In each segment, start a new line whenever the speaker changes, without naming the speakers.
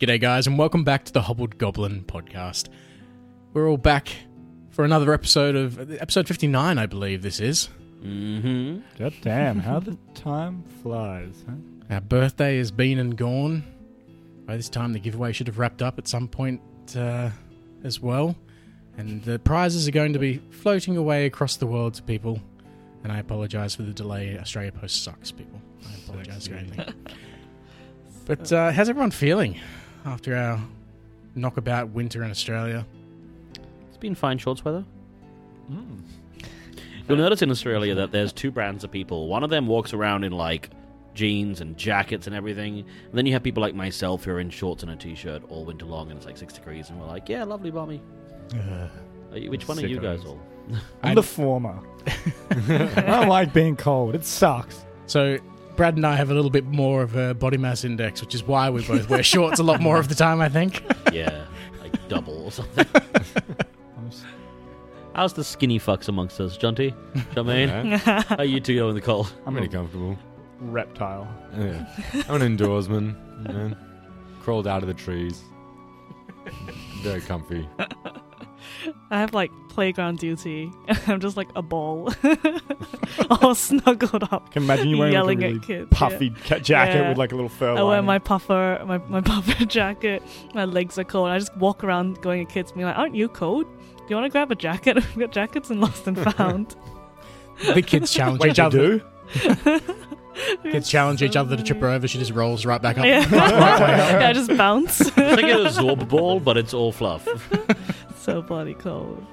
G'day, guys, and welcome back to the Hobbled Goblin podcast. We're all back for another episode of episode 59, I believe this is.
Mm-hmm.
God damn, how the time flies, huh?
Our birthday has been and gone. By this time, the giveaway should have wrapped up at some point uh, as well. And the prizes are going to be floating away across the world to people. And I apologise for the delay. Australia Post sucks, people. I apologise for
Sucks,
anything. but uh, how's everyone feeling after our knockabout winter in Australia?
It's been fine shorts weather.
Mm.
You'll notice in Australia that there's two brands of people. One of them walks around in like jeans and jackets and everything. And then you have people like myself who are in shorts and a t-shirt all winter long, and it's like six degrees, and we're like, yeah, lovely, balmy. Are you- Which one are you guys
Sickos.
all?
I'm
I-
the former. I don't like being cold. It sucks.
So Brad and I have a little bit more of a body mass index, which is why we both wear shorts a lot more of the time, I think.
yeah, like double or something.
I'm s-
How's the skinny fucks amongst us, Jonty? Charmaine? How you two going in the cold?
I'm pretty comfortable.
reptile.
Yeah. I'm an indoorsman. You know. Crawled out of the trees. Very comfy.
I have like playground duty. I'm just like a ball, all snuggled up.
Can you imagine you wearing like,
Yelling
a
at
really
kids, yeah.
puffy ca- jacket
Yeah.
with like a little
Oh,
fur
I wear
lining.
my puffer, my, my puffer jacket. My legs are cold. I just walk around going at kids, being like, "Aren't you cold? Do you want to grab a jacket? We've got jackets and lost and found.
The kids challenge
Wait,
each
you
other.
do?
Kids challenge each other to trip her over. She just rolls right back up.
Yeah, yeah I just bounce.
It's like a zorb ball, but it's all fluff.
so bloody cold.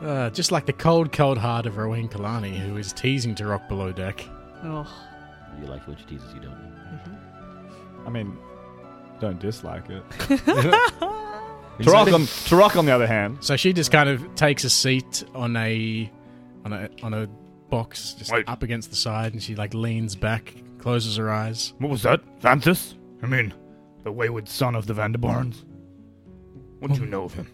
Uh, just like the cold, cold heart of Rowan Kalani, who is teasing to rock below deck.
Oh,
You like which teases you don't.
I mean, don't dislike it.
Exactly.
Turok on, Turok, on the other hand.
So she just kind of takes a seat on a on a on a box just up against the side, and she like leans back, closes her eyes.
What was that? Vantus? I mean, the wayward son of the Vanderborns. What do you know of him?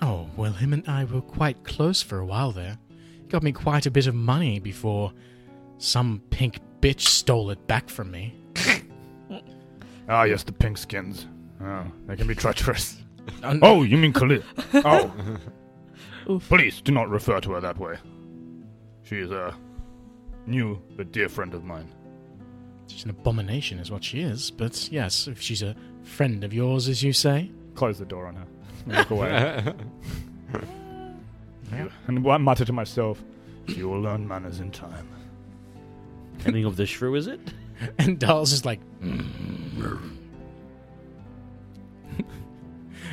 Oh, well, him and I were quite close for a while there. He got me quite a bit of money before some pink bitch stole it back from me.
Ah, yes, the Pinkskins. Oh, they can be treacherous.
Un-
Oh, you mean Khalid? Oh.
Oof.
Please do not refer to her that way. She is a new but dear friend of mine.
She's an abomination, is what she is, but yes, if she's a friend of yours, as you say.
Close the door on her. and Walk away.
That's
and I mutter to myself,
She will learn manners in time.
Ending of the shrew, is it?
And Dahl's just like.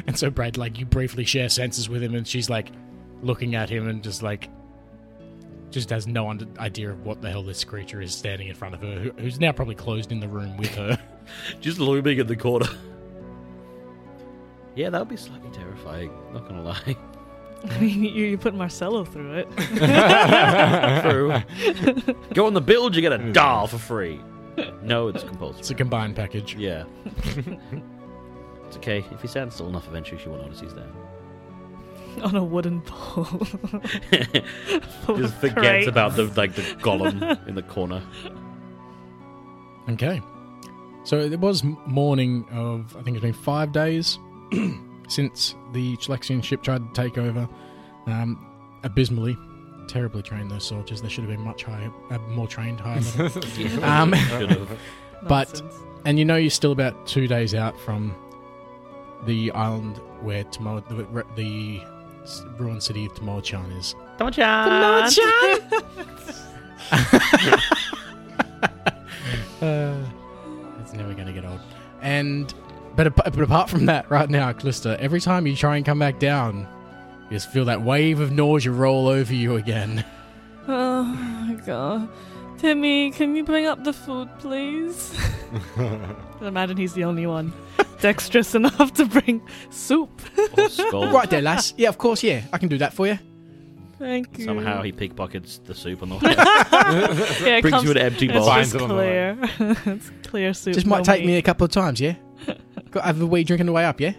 and so, Brad, like, you briefly share senses with him, and she's like looking at him and just like. Just has no under- idea of what the hell this creature is standing in front of her, who- who's now probably closed in the room with her.
Just looming in the corner. Yeah, that would be slightly terrifying. Not gonna lie.
I mean, you, you put Marcello through it.
True. Go on the build, you get
Mm.
a doll for free. No, it's compulsory.
It's a combined package.
yeah. it's okay. If you stand still enough, eventually she won't notice he's there.
on a wooden pole. Full
Just
of
forgets
crates.
about the like the golem in the corner.
Okay. So it was m- morning of, I think it's been five days since the Chilexian ship tried to take over. Um, abysmally, terribly trained those soldiers. They should have been much higher, uh, more trained, higher level. Um, but-
Nonsense.
And you know you're still about two days out from the island where Tomo- the, the s- ruined city of Tomochan is. Uh, it's never going to get old. And but, ap- but apart from that, right now, Clista, every time you try and come back down, you just feel that wave of nausea roll over you again.
Oh my god. Timmy, can you bring up the food, please? I imagine he's the only one dexterous enough to bring soup.
Or skull.
Right there, lass. Yeah, of course, yeah. I can do that for you.
Thank you.
Somehow he pickpockets the soup on the way.
yeah, it
brings
comes,
you an empty
it's
bowl.
Finds it
just
on the way.
clear. it's clear soup.
Just might
no
take me
meat.
a couple of times, yeah? Got to have a wee drink on the way up, yeah?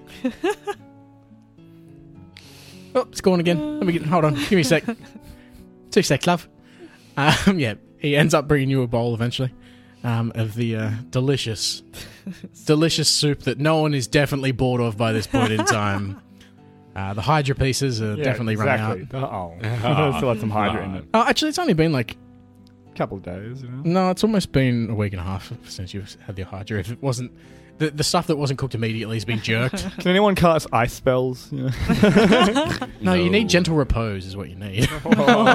oh, it's gone again. Let me get, hold on. Give me a sec. Two sec, love. Um, yeah, he ends up bringing you a bowl eventually. um, of the uh, delicious, delicious soup that no one is definitely bored of by this point in time. Uh, the Hydra pieces are definitely running out.
exactly. out. Oh, still had some Hydra in it.
Oh, actually, it's only been like
Couple of days, you know.
no, it's almost been a week and a half since you've had the Hydra. If it wasn't the, the stuff that wasn't cooked immediately has been jerked.
Can anyone cast ice spells? You know?
no, you need gentle repose, is what you need.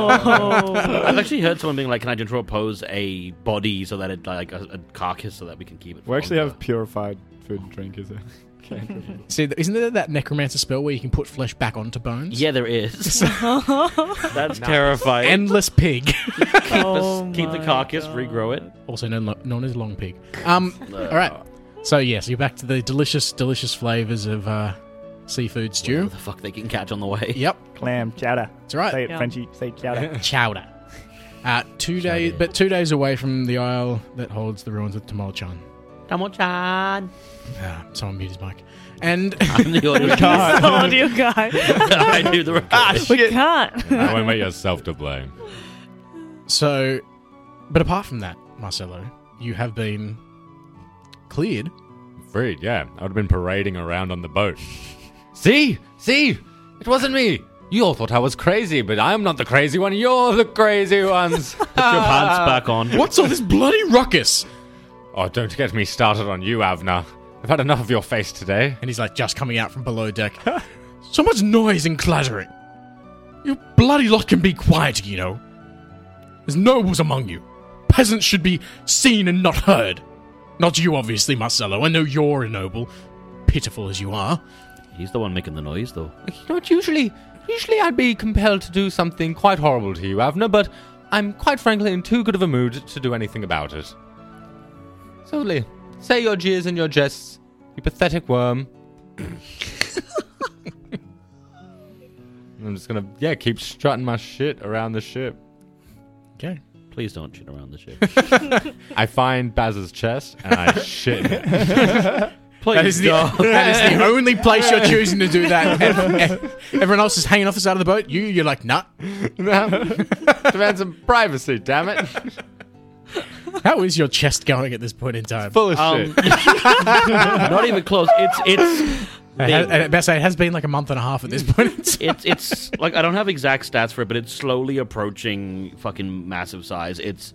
Oh.
I've actually heard someone being like, "Can I just propose a body so that it like a, a carcass so that we can keep it?" for
We actually
longer?"
have purified food and drink, is it? Can't
See, isn't there that necromancer spell where you can put flesh back onto bones?
Yeah, there is. That's terrifying.
Endless pig,
keep,
Oh
us- keep the
my
carcass,
God.
regrow it. Oh,
also known, known as long pig. Um, all right. So yes, you're back to the delicious, delicious flavors of uh, seafood
What
stew.
the fuck they can catch on the way?
Yep,
Clam chowder.
that's right.
Say it,
Yeah.
Frenchy. Say chowder.
Chowder. Uh, two days, but two days away from the isle that holds the ruins of Tamolchan.
Tamochan.
Ah, someone mute his mic. And
I'm the audio guy.
He's the audio guy.
I do the recording.
We can't.
I won't make yourself to blame.
so, but apart from that, Marcelo, you have been cleared.
Freed, yeah. I would have been parading around on the boat. See? See? It wasn't me. You all thought I was crazy, but I'm not the crazy one. You're the crazy ones. Put your
Your pants back on.
What's all this bloody ruckus?
Oh, don't get me started on you, Avner. I've had enough of your face today.
And he's like just coming out from below deck. so much noise and clattering. You bloody lot can be quiet, you know. There's nobles among you. Peasants should be seen and not heard. Not you, obviously, Marcello. I know you're a noble, pitiful as you are.
He's the one making the noise, though.
You know, what, usually, usually I'd be compelled to do something quite horrible to you, Avner, but I'm quite frankly in too good of a mood to do anything about it. So, Lee, say your jeers and your jests, you pathetic worm. I'm just gonna, yeah, keep strutting my shit around the ship.
Okay.
Please don't shit around the ship.
I find Baz's chest and I shit. in it.
Please
That is, the, that is the only place you're choosing to do that. Ev- ev- Everyone else is hanging off the side of the boat. You, you're like, nah.
Demand some privacy, damn it.
How is your chest going at this point in time?
Full of
Um,
shit.
not even close. It's it's
It has, and best say, it has been like a month and a half at this point. in time.
it's it's like I don't have exact stats for it, but it's slowly approaching fucking massive size. It's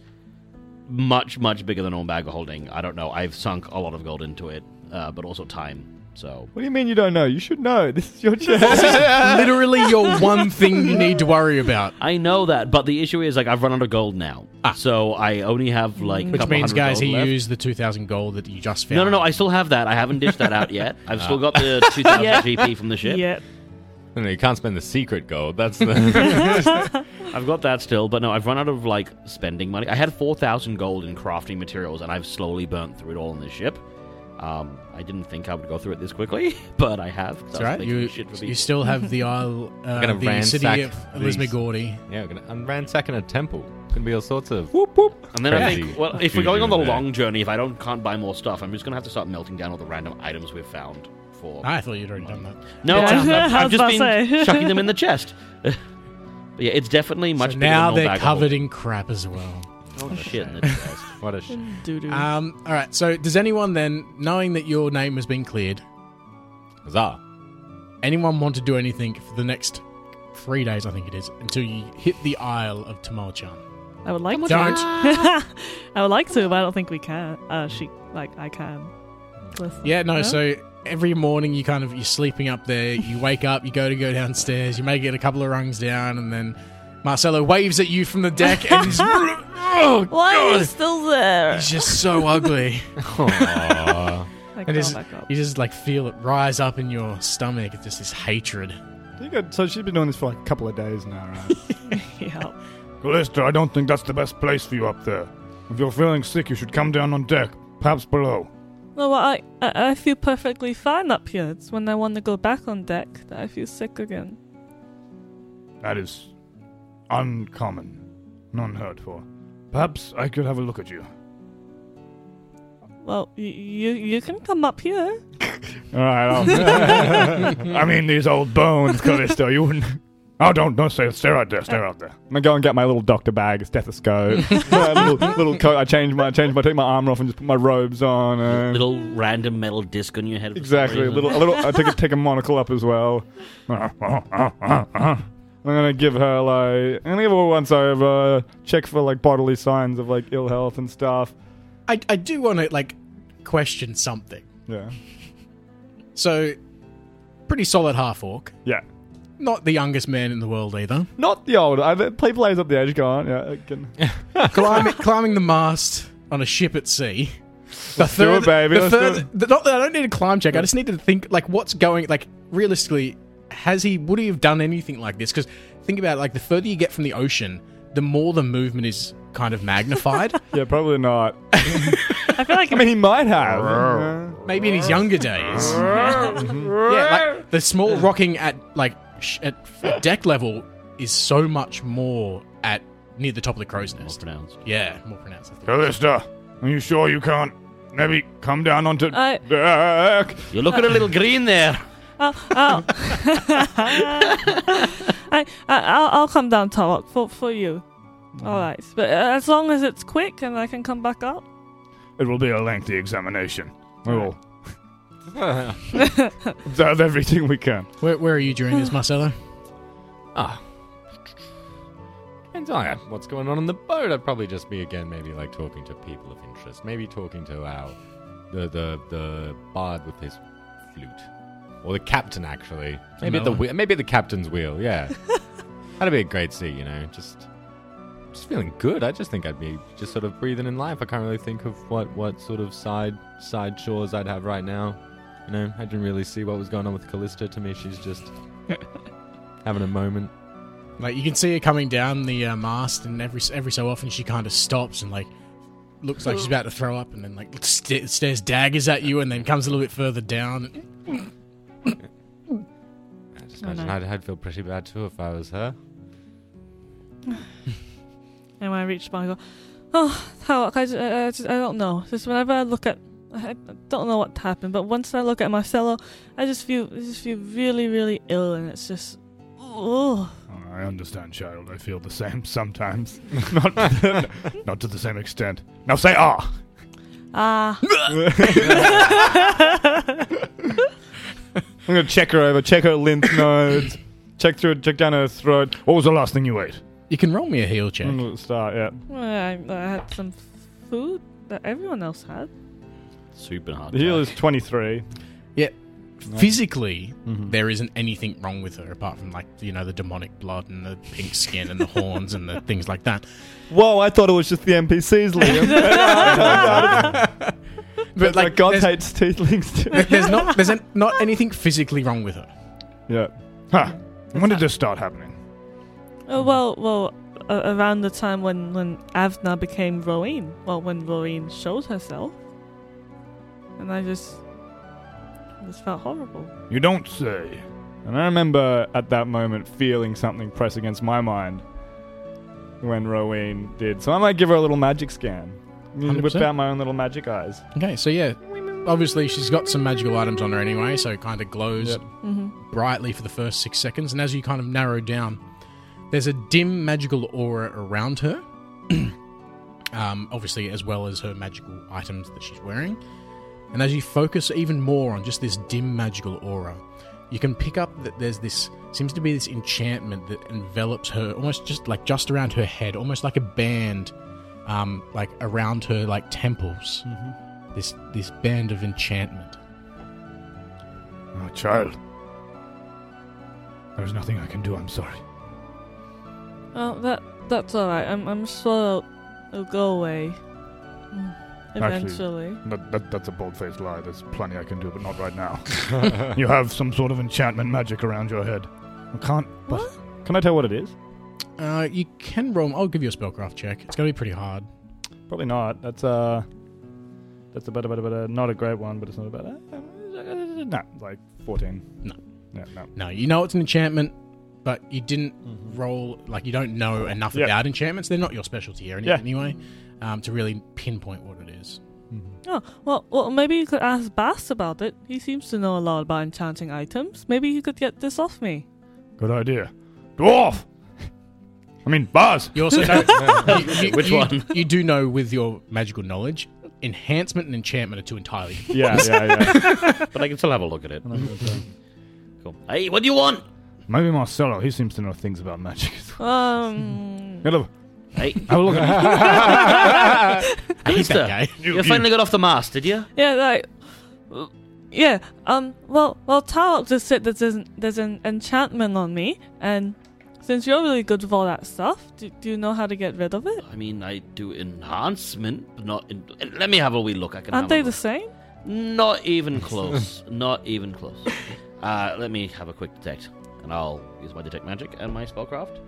much much bigger than Ormbag holding. I don't know. I've sunk a lot of gold into it, uh, but also time. So
What do you mean you don't know? You should know. This is your chest.
Literally, your one thing you need to worry about.
I know that, but the issue is like I've run out of gold now,
Ah.
so I only have like a
Which
couple
means,
hundred
guys,
gold
he
left.
used the 2,000 gold that you just found.
No, no, no! I still have that. I haven't dished that out yet. I've still got the two thousand
Ah. Yeah.
GP from the ship.
Yep.
No, no, you can't spend the secret gold. That's the.
I've got that still, but no, I've run out of like spending money. I had four thousand gold in crafting materials, and I've slowly burnt through it all in this ship. Um, I didn't think I would go through it this quickly, but I have. 'cause
That's
I was
right.
making
You,
shit for
you
people.
still have the isle, uh,
gonna
the city
ransack
of
these.
Lismagordi.
yeah, we're gonna I'm ransacking a temple. Gonna be all sorts of.
and then I
Crazy
think, well, if we're going on the
fusion there.
long journey, if I don't can't buy more stuff, I'm just gonna have to start melting down all the random items we've found. For
Ah, I thought you'd already done that.
no,
Yeah.
I've, I've- I've
I was
just
about to
been
say.
chucking them in the chest. but yeah, it's definitely much.
So
bigger
now
than
they're
Norvagable.
covered in crap as well.
Oh shit! In the chest.
What a sh-
Doo-doo.
Um, all right. So, does anyone then, knowing that your name has been cleared,
Huzzah.
anyone want to do anything for the next three days? I think it is until you hit the Isle of Tamalchan.
I would like to.
Don't.
I would like to, but I don't think we can. Uh, she like I can. Listen.
Yeah. No.
Huh?
So every morning you kind of you're sleeping up there. You wake up. You go to go downstairs. You make it a couple of rungs down, and then Marcelo waves at you from the deck, and he's, oh,
Why are you
God.
still there?
he's just so ugly.
Aw.
Like,
And
go
it's-
back up.
you just like feel it rise up in your stomach. It's just this hatred.
You got- so she's been doing this for like a couple of days now, right?
Yeah.
Callista, I don't think that's the best place for you up there. If you're feeling sick, you should come down on deck, perhaps below.
No, well, I, I I feel perfectly fine up here. It's when I want to go back on deck that I feel sick again.
That is uncommon, none heard for. Perhaps I could have a look at you.
Well, y- you you can come up here.
All right. I'll- I mean, these old bones, Callisto. You wouldn't. Oh, don't, don't stay, stare out there, stare out there.
I'm gonna go and get my little doctor bag, stethoscope, my little, little coat. I change my change my take my armor off and just put my robes on. And
Little random metal disc on your head. for some
exactly, a
reason.
little a little. I take a, take a monocle up as well. I'm gonna give her like I'm gonna give her a once over, check for like bodily signs of like ill health and stuff.
I, I do want to like question something.
Yeah,
So, pretty solid half orc.
yeah.
Not the youngest man in the world either.
Not the old. I play plays up the edge. Go on. Yeah, I can,
climbing, climbing the mast on a ship at sea. The
do it, baby,
The
let's do
third, the- not that I don't need a climb check. I just need to think like what's going. Like realistically, has he? Would he have done anything like this? Because think about it, like the further you get from the ocean, the more the movement is kind of magnified.
yeah, probably not.
I feel like
I mean, he might have. Yeah.
Maybe in his younger days. yeah, like the small rocking at like sh- at f- deck level is so much more at near the top of the crow's
More
nest.
pronounced.
Yeah, more pronounced. I think.
Callista, are you sure you can't maybe come down onto
I-
deck?
You're looking a little green there.
Oh, oh. I, I, I'll, I'll come down, Tarok, for, for you.
Mm.
All right. But uh, as long as it's quick and I can come back up.
It will be a lengthy examination. We will observe everything we can.
Where, where are you during this, Marcelo?
Ah. Depends on what's going on in the boat. I'd probably just be again, maybe like talking to people of interest. Maybe talking to our the the the bard with his flute, or the captain actually. Maybe at the
Another.
whe- maybe at the captain's wheel. Yeah, that'd be a great sea. You know, just just feeling good. I just think I'd be just sort of breathing in life. I can't really think of what what sort of side side chores I'd have right now. You know, I didn't really see what was going on with Callista. To me, she's just having a moment.
Like you can see her coming down the uh, mast, and every every so often she kind of stops and like looks like she's about to throw up, and then like st- stares daggers at you, and then comes a little bit further down.
I just
Oh,
imagine
no.
I'd, I'd feel pretty bad too if I was her.
And when I reach by, I go, oh, Tarok, I, ju- I, I just, I don't know. Just whenever I look at, I I don't know what happened, but once I look at Marcelo, I just feel, I just feel really, really ill, and it's just, oh,
I understand, child. I feel the same sometimes. not, not to the same extent. Now say ah.
ah.
I'm gonna check her over, check her lymph nodes, check through, check down her throat.
What was the last thing you ate?
You can roll me a heal check.
Mm, Start. Yeah.
Well, I, I had some food that everyone else had.
Super hard.
The heal
to-
is 23.
Physically, there isn't anything wrong with her apart from like you know the demonic blood and the pink skin and the horns and the things like that.
Whoa, I thought it was just the NPCs, Liam.
But like,
God
there's,
hates teethlings too.
there's not there's an- not anything physically wrong with her.
Yeah.
Huh. When did this start happening?
Oh well, well, uh, around the time when when Avna became Rowan. Well, when Rowan showed herself, and I just I just felt horrible.
You don't say.
And I remember at that moment feeling something press against my mind when Rowena did. So I might give her a little magic scan. And Whip
100%.
out my own little magic eyes.
Okay, so yeah, obviously she's got some magical items on her anyway, so it kind of glows.
Yep.
hmm
brightly for the first six seconds, and as you kind of narrow down, there's a dim magical aura around her. um, obviously, as well as her magical items that she's wearing. And as you focus even more on just this dim magical aura, you can pick up that there's this seems to be this enchantment that envelops her almost just like just around her head, almost like a band, um, like around her like temples. This this band of enchantment.
Oh, child. There's nothing I can do. I'm sorry.
Oh, that that's all right. I'm I'm sure it'll, it'll go away Mm,
Actually-
eventually.
That, that, that's a bold-faced lie. There's plenty I can do, but not right now. you have some sort of enchantment magic around your head. I can't.
What?
Can I tell what it is?
Uh, you can roll. I'll give you a spellcraft check. It's gonna be pretty hard.
Probably not. That's uh that's a better, better, better. Not a great one, but it's not a better. No, like 14.
No.
Yeah, no.
No, you know it's an enchantment, but you didn't
Mm-hmm.
roll. Like you don't know enough
Yeah.
about enchantments. They're not your specialty any-
Yeah.
anyway. Um, to really pinpoint what it is.
Oh, well, well, maybe you could ask Bass about it. He seems to know a lot about enchanting items. Maybe he could get this off me.
Good idea. Dwarf! I mean, bars!
You also know you, you-
Which
you-
one?
You do know with your magical knowledge, enhancement and enchantment are two entirely. different-
Yeah, yeah, yeah.
But I can still have a look at it. cool. Hey, what do you want?
Maybe Marcelo, he seems to know things about magic.
Hmm.
Um,
Hello.
Hey,
Have a look at him.
Easter.
guy.
You, finally got off the mast, did you?
yeah, like, uh, yeah. Um, well, well, Tarok just said that there's an, there's an enchantment on me, and since you're really good with all that stuff, do, do you know how to get rid of it?
I mean, I do enhancement, but not. In, let me have a wee look. I can.
Aren't
have a
they the
look.
same?
Not even close. Not even close. Uh, let me have a quick detect, and I'll use my detect magic and my spellcraft.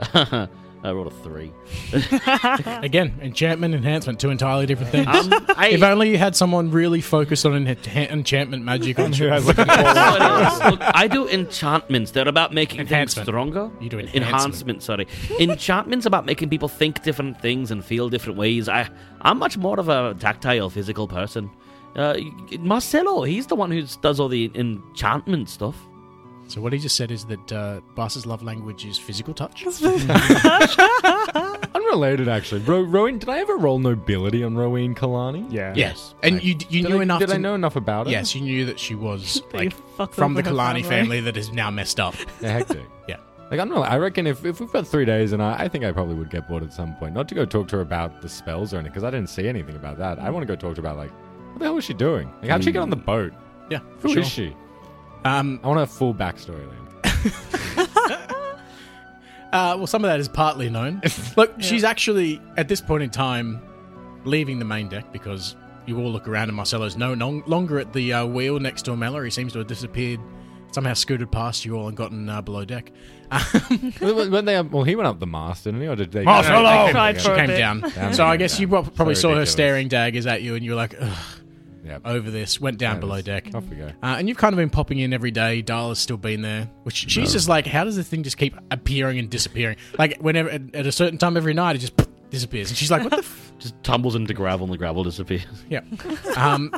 I rolled a three.
Again, enchantment, enhancement, two entirely different things.
Um, I,
if only you had someone really focused on enha- enchantment magic. on
Who has, like, a
No,
ball?
I don't. Look, I do enchantments. They're about making things
Enhancement.
stronger.
You do enhancement.
enhancement. Sorry, enchantments about making people think different things and feel different ways. I, I'm much more of a tactile, physical person. Uh, Marcelo, he's the one who does all the enchantment stuff.
So what he just said is that uh, Bass's love language is physical touch.
Unrelated, actually. Ro- Rowan, did I ever roll nobility on Rowan Kalani?
yeah.
Yes, and you you
Did
knew
I,
enough.
Did
to,
I know enough about it?
Yes, you knew that she was
That you
like
fucked
from the
up her
Kalani family that is now messed up.
Yeah, hectic.
Yeah.
Like, I don't know. I reckon if, if we've got three days, and I, I think I probably would get bored at some point. Not to go talk to her about the spells or anything, because I didn't see anything about that. I want to go talk to her about, like, what the hell was she doing? Like, how'd she get on the boat?
Yeah,
Who is
sure.
she?
Um,
I want her full backstory, Liam.
uh, well, some of that is partly known. Look, she's actually at this point in time leaving the main deck because you all look around and Marcelo's no no- longer at the uh, wheel next to Mallory. Seems to have disappeared. Somehow scooted past you all and gotten uh, below deck.
Well, well, when they, well, he went up the mast, didn't he? Or did they?
Marcelo!
they came
Tried
She
together.
for-
came
bit.
down.
Damn,
so I
yeah.
guess you prob- probably
So
saw her
ridiculous.
staring daggers at you, and you were like, Ugh,
Yeah.
over this. Went down
Yeah,
below
that's-
deck.
Off we go.
Uh, and you've kind of been popping in every day. Darla's still been there, which she's just like, how does this thing just keep appearing and disappearing? Like whenever at, at a certain time every night, it just disappears, and she's like, what the? F-?
Just tumbles into gravel and the gravel disappears.
Yeah. Um,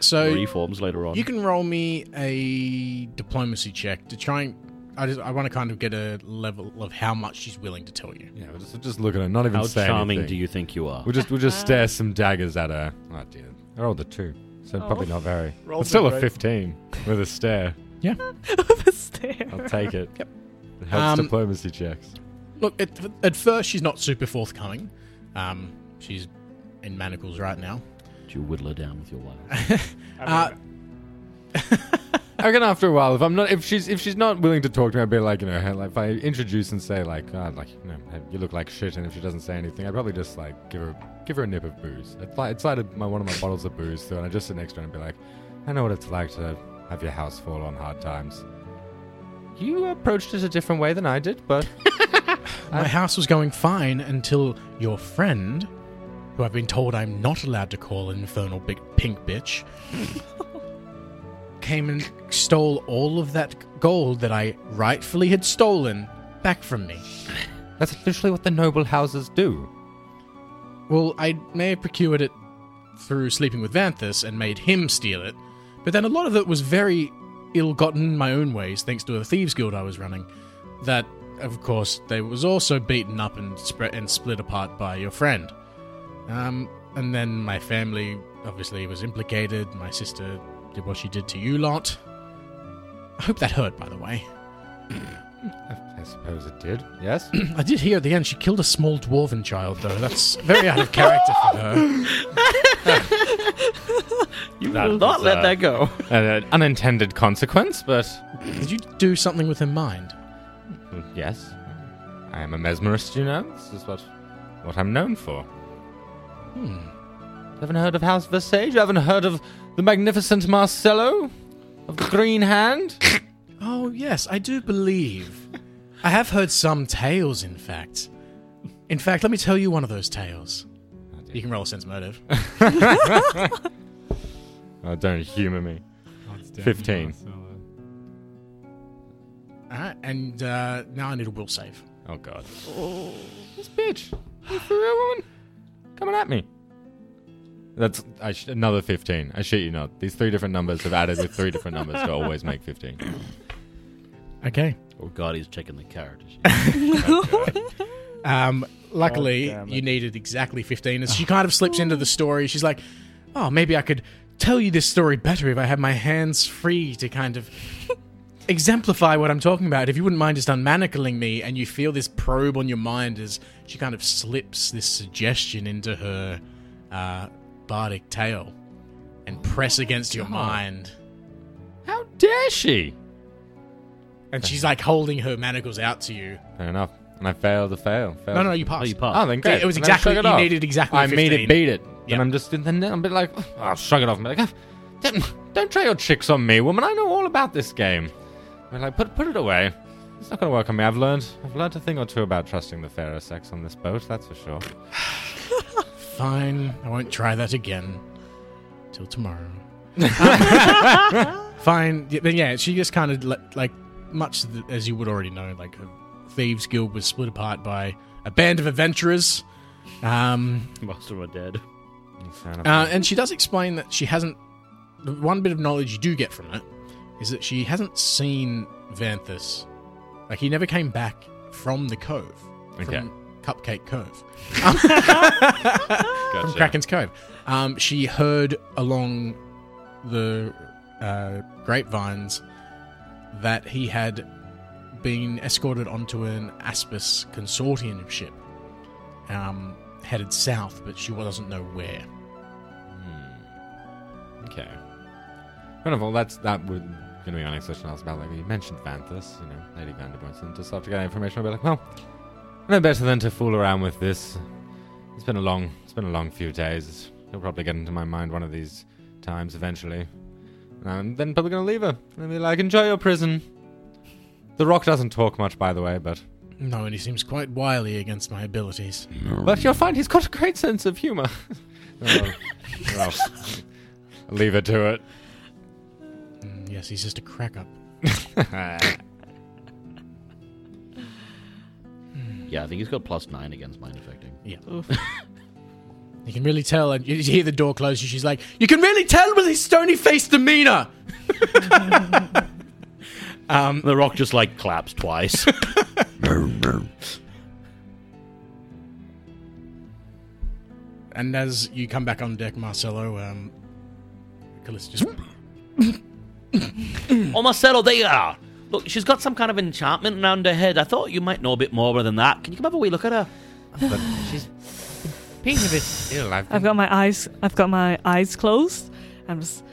so
Reforms later on.
you can roll me a diplomacy check to try and. I just I want to kind of get a level of how much she's willing to tell you.
Yeah, we'll just, just look at her. Not even
How
say
charming
anything.
do you think you are?
We'll just we'll just stare some daggers at her. Oh dear. I rolled a two, so probably not very.
Rolled
it's still
a
a
great-
fifteen with a stare.
With a stare.
I'll take it.
Yep.
It helps
Um,
diplomacy checks.
Look, at, at first she's not super forthcoming. Um, she's in manacles right now.
you whittle her down with your wire.
Uh,
I reckon after a while, if I'm not, if she's if she's not willing to talk to me, I'd be like, you know, hey, like if I introduce and say like, oh, like, you know, hey, you look like shit, and if she doesn't say anything, I'd probably just like give her give her a nip of booze. I'd like, I'd slide a- my one of my bottles of booze through, and I would just sit next to her and be like, I know what it's like to have your house fall on hard times. You approached it a different way than I did, but
My house was going fine until your friend, who I've been told I'm not allowed to call an infernal big pink bitch, came and stole all of that gold that I rightfully had stolen back from me.
that's literally what the noble houses do.
Well, I may have procured it through sleeping with Vanthus and made him steal it, but then a lot of it was very ill gotten in my own ways, thanks to a thieves' guild I was running. That, of course, they was also beaten up and spread and split apart by your friend. Um, and then my family obviously was implicated. My sister did what she did to you lot. I hope that hurt, by the way.
I suppose it did. Yes.
I did hear at the end she killed a small dwarven child, though. That's very out of character for her.
You
That
will not
was,
let
uh,
that go.
an unintended consequence, but
Did you do something with her mind?
Mm, Yes. I am a mesmerist, you know. This is what what I'm known for.
Hmm.
Haven't heard of House Versage? You haven't heard of the magnificent Marcello of the Green Hand?
Oh, yes, I do believe. I have heard some tales, in fact. In fact, let me tell you one of those tales. You can roll a sense motive.
oh, don't humor me. 15.
All right, and uh, now I need a will save.
Oh God. This bitch. You for real, woman? Coming at me. That's I sh- another 15. I shit you not. These three different numbers have added with three different numbers to always make 15.
Okay.
Oh god, he's checking the character sheet.
Um, luckily,
God damn it.
you needed exactly 15. And she kind of slips into the story. She's like, oh, maybe I could tell you this story better if I had my hands free to kind of exemplify what I'm talking about. If you wouldn't mind just unmanacling me, and you feel this probe on your mind as she kind of slips this suggestion into her uh, bardic tail and press against your mind.
How dare she?
And she's like holding her manacles out to you.
Fair enough. And I failed to fail. Failed
No,
to
no, you passed.
Oh, you
Oh,
passed.
then great.
It was
And then
exactly-
shrug it
you
off.
needed exactly
I made
15.
it, beat it.
Yeah.
Then I'm just then I'm a bit like, oh, I'll shrug it off. I'm like, "Ah, don't, don't try your tricks on me, woman. I know all about this game. I'm like, put put it away. It's not going to work on me. I've learned I've learned a thing or two about trusting the fairer sex on this boat. That's for sure.
Fine, I won't try that again till tomorrow. Fine, y- then yeah, she just kind of le- like much th- as you would already know, like her thieves guild was split apart by a band of adventurers. Um,
Most of them are dead.
Fair enough.
uh, and she does explain that she hasn't. The one bit of knowledge you do get from it is that she hasn't seen Vanthus. Like he never came back from the cove, from
Okay.
Cupcake Cove.
Gotcha.
from Kraken's Cove. Um, she heard along the uh, grapevines that he had been escorted onto an Aspis consortium ship um, headed south, but she doesn't know where.
Hmm. Okay. Wonderful. That's that would gonna be our next question. I was about like you mentioned Vanthus, you know, Lady Vanderbilt, and just after getting information, I'll be like, well, no better than to fool around with this. It's been a long, it's been a long few days. It'll probably get into my mind one of these times eventually, and I'm then probably gonna leave her and be like, enjoy your prison. The Rock doesn't talk much, by the way, but
No, and he seems quite wily against my abilities.
but you'll find he's got a great sense of humor. Oh, well, leave her to it.
Mm, yes, he's just a crack up.
Yeah, I think he's got plus nine against mind affecting.
You can really tell, and you hear the door close, and she's like, You can really tell with his stony faced demeanor!
And the rock just like claps twice.
And as you come back on deck, Marcelo, um, Callista just.
oh Marcelo, there you are. Look, she's got some kind of enchantment around her head. I thought you might know a bit more than that. Can you come have a wee look at her?
but she's being a bit ill. I've,
I've got my eyes. I've got my eyes closed. I'm just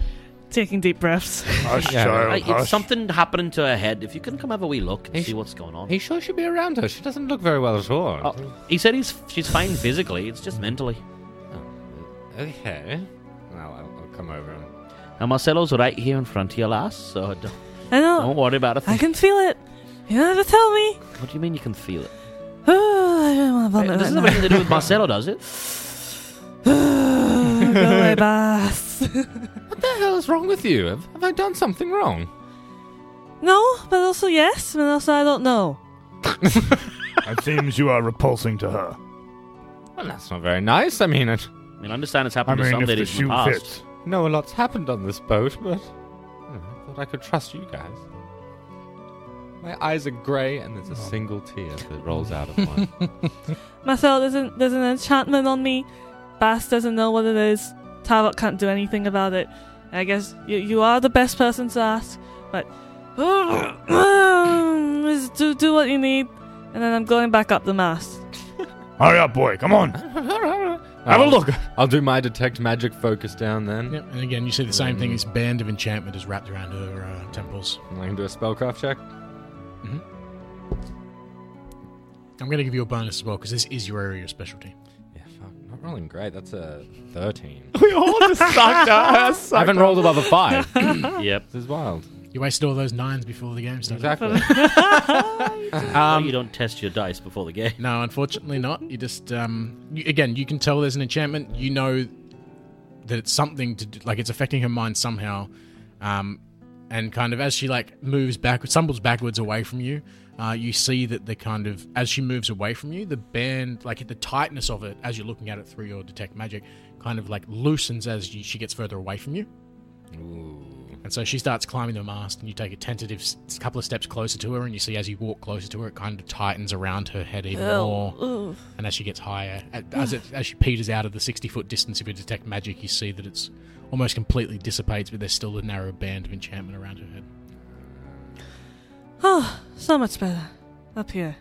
taking deep breaths.
Hush,
Yeah,
child,
Uh,
hush.
it's something happening to her head. If you can come have a wee look and
Hey,
see
sh-
what's going on.
He sure should be around her. She doesn't look very well at all.
Oh, he said he's she's fine physically. It's just mentally.
Oh. Okay. Well, I'll, I'll come over. And...
And Marcelo's right here in front of you, lass. So don't,
I know.
don't worry about it.
I can feel it. You don't have to tell me.
What do you mean you can feel it?
Oh, I don't want
This
to vomit
doesn't have
right
anything to do with Marcelo, does it?
now. Go away, Bass.
What the hell is wrong with you? Have, have I done something wrong?
No, but also yes, but also I don't know.
it seems you are repulsing to her.
Well, that's not very nice. I mean, I
I mean, I understand it's
I
happened to
mean,
some
if the
ladies in
shoe
the past.
fits.
know a lot's happened on this boat, but you know, I thought I could trust you guys. My eyes are grey, and there's a single tear that rolls out of mine.
Marcel, there's an, there's an enchantment on me. Bass doesn't know what it is. Tarot can't do anything about it. I guess you, you are the best person to ask, but just do, do what you need, and then I'm going back up the mast.
Hurry up, boy. Come on. Have a
I'll-
look.
I'll do my detect magic focus down then.
Yep, and again, you see the same thing. This band of enchantment is wrapped around her uh, temples.
And I can do a spellcraft check.
I'm going to give you a bonus as well because this is your area of specialty.
Yeah, fuck. Not rolling great. That's a 13.
We all just sucked ass.
I haven't rolled above a 5. this
Yep.
is wild.
You wasted all those nines before the game started.
Exactly.
Why you don't test your dice before the game.
No, unfortunately not. You just um, you, again, you can tell there's an enchantment. You know that it's something to do, like it's affecting her mind somehow, um, and kind of as she like moves backwards, stumbles backwards away from you. Uh, you see that the kind of as she moves away from you, the band like the tightness of it as you're looking at it through your detect magic, kind of like loosens as you, she gets further away from you,
Ooh.
and And so she starts climbing the mast, and you take a tentative s- couple of steps closer to her, and you see as you walk closer to her, it kind of tightens around her head even more.
Oh, Ooh.
And as she gets higher, a- as it, as she peters out of the sixty foot distance, if you detect magic, you see that it's almost completely dissipates, but there's still a narrow band of enchantment around her head.
Oh, so much better. Up here.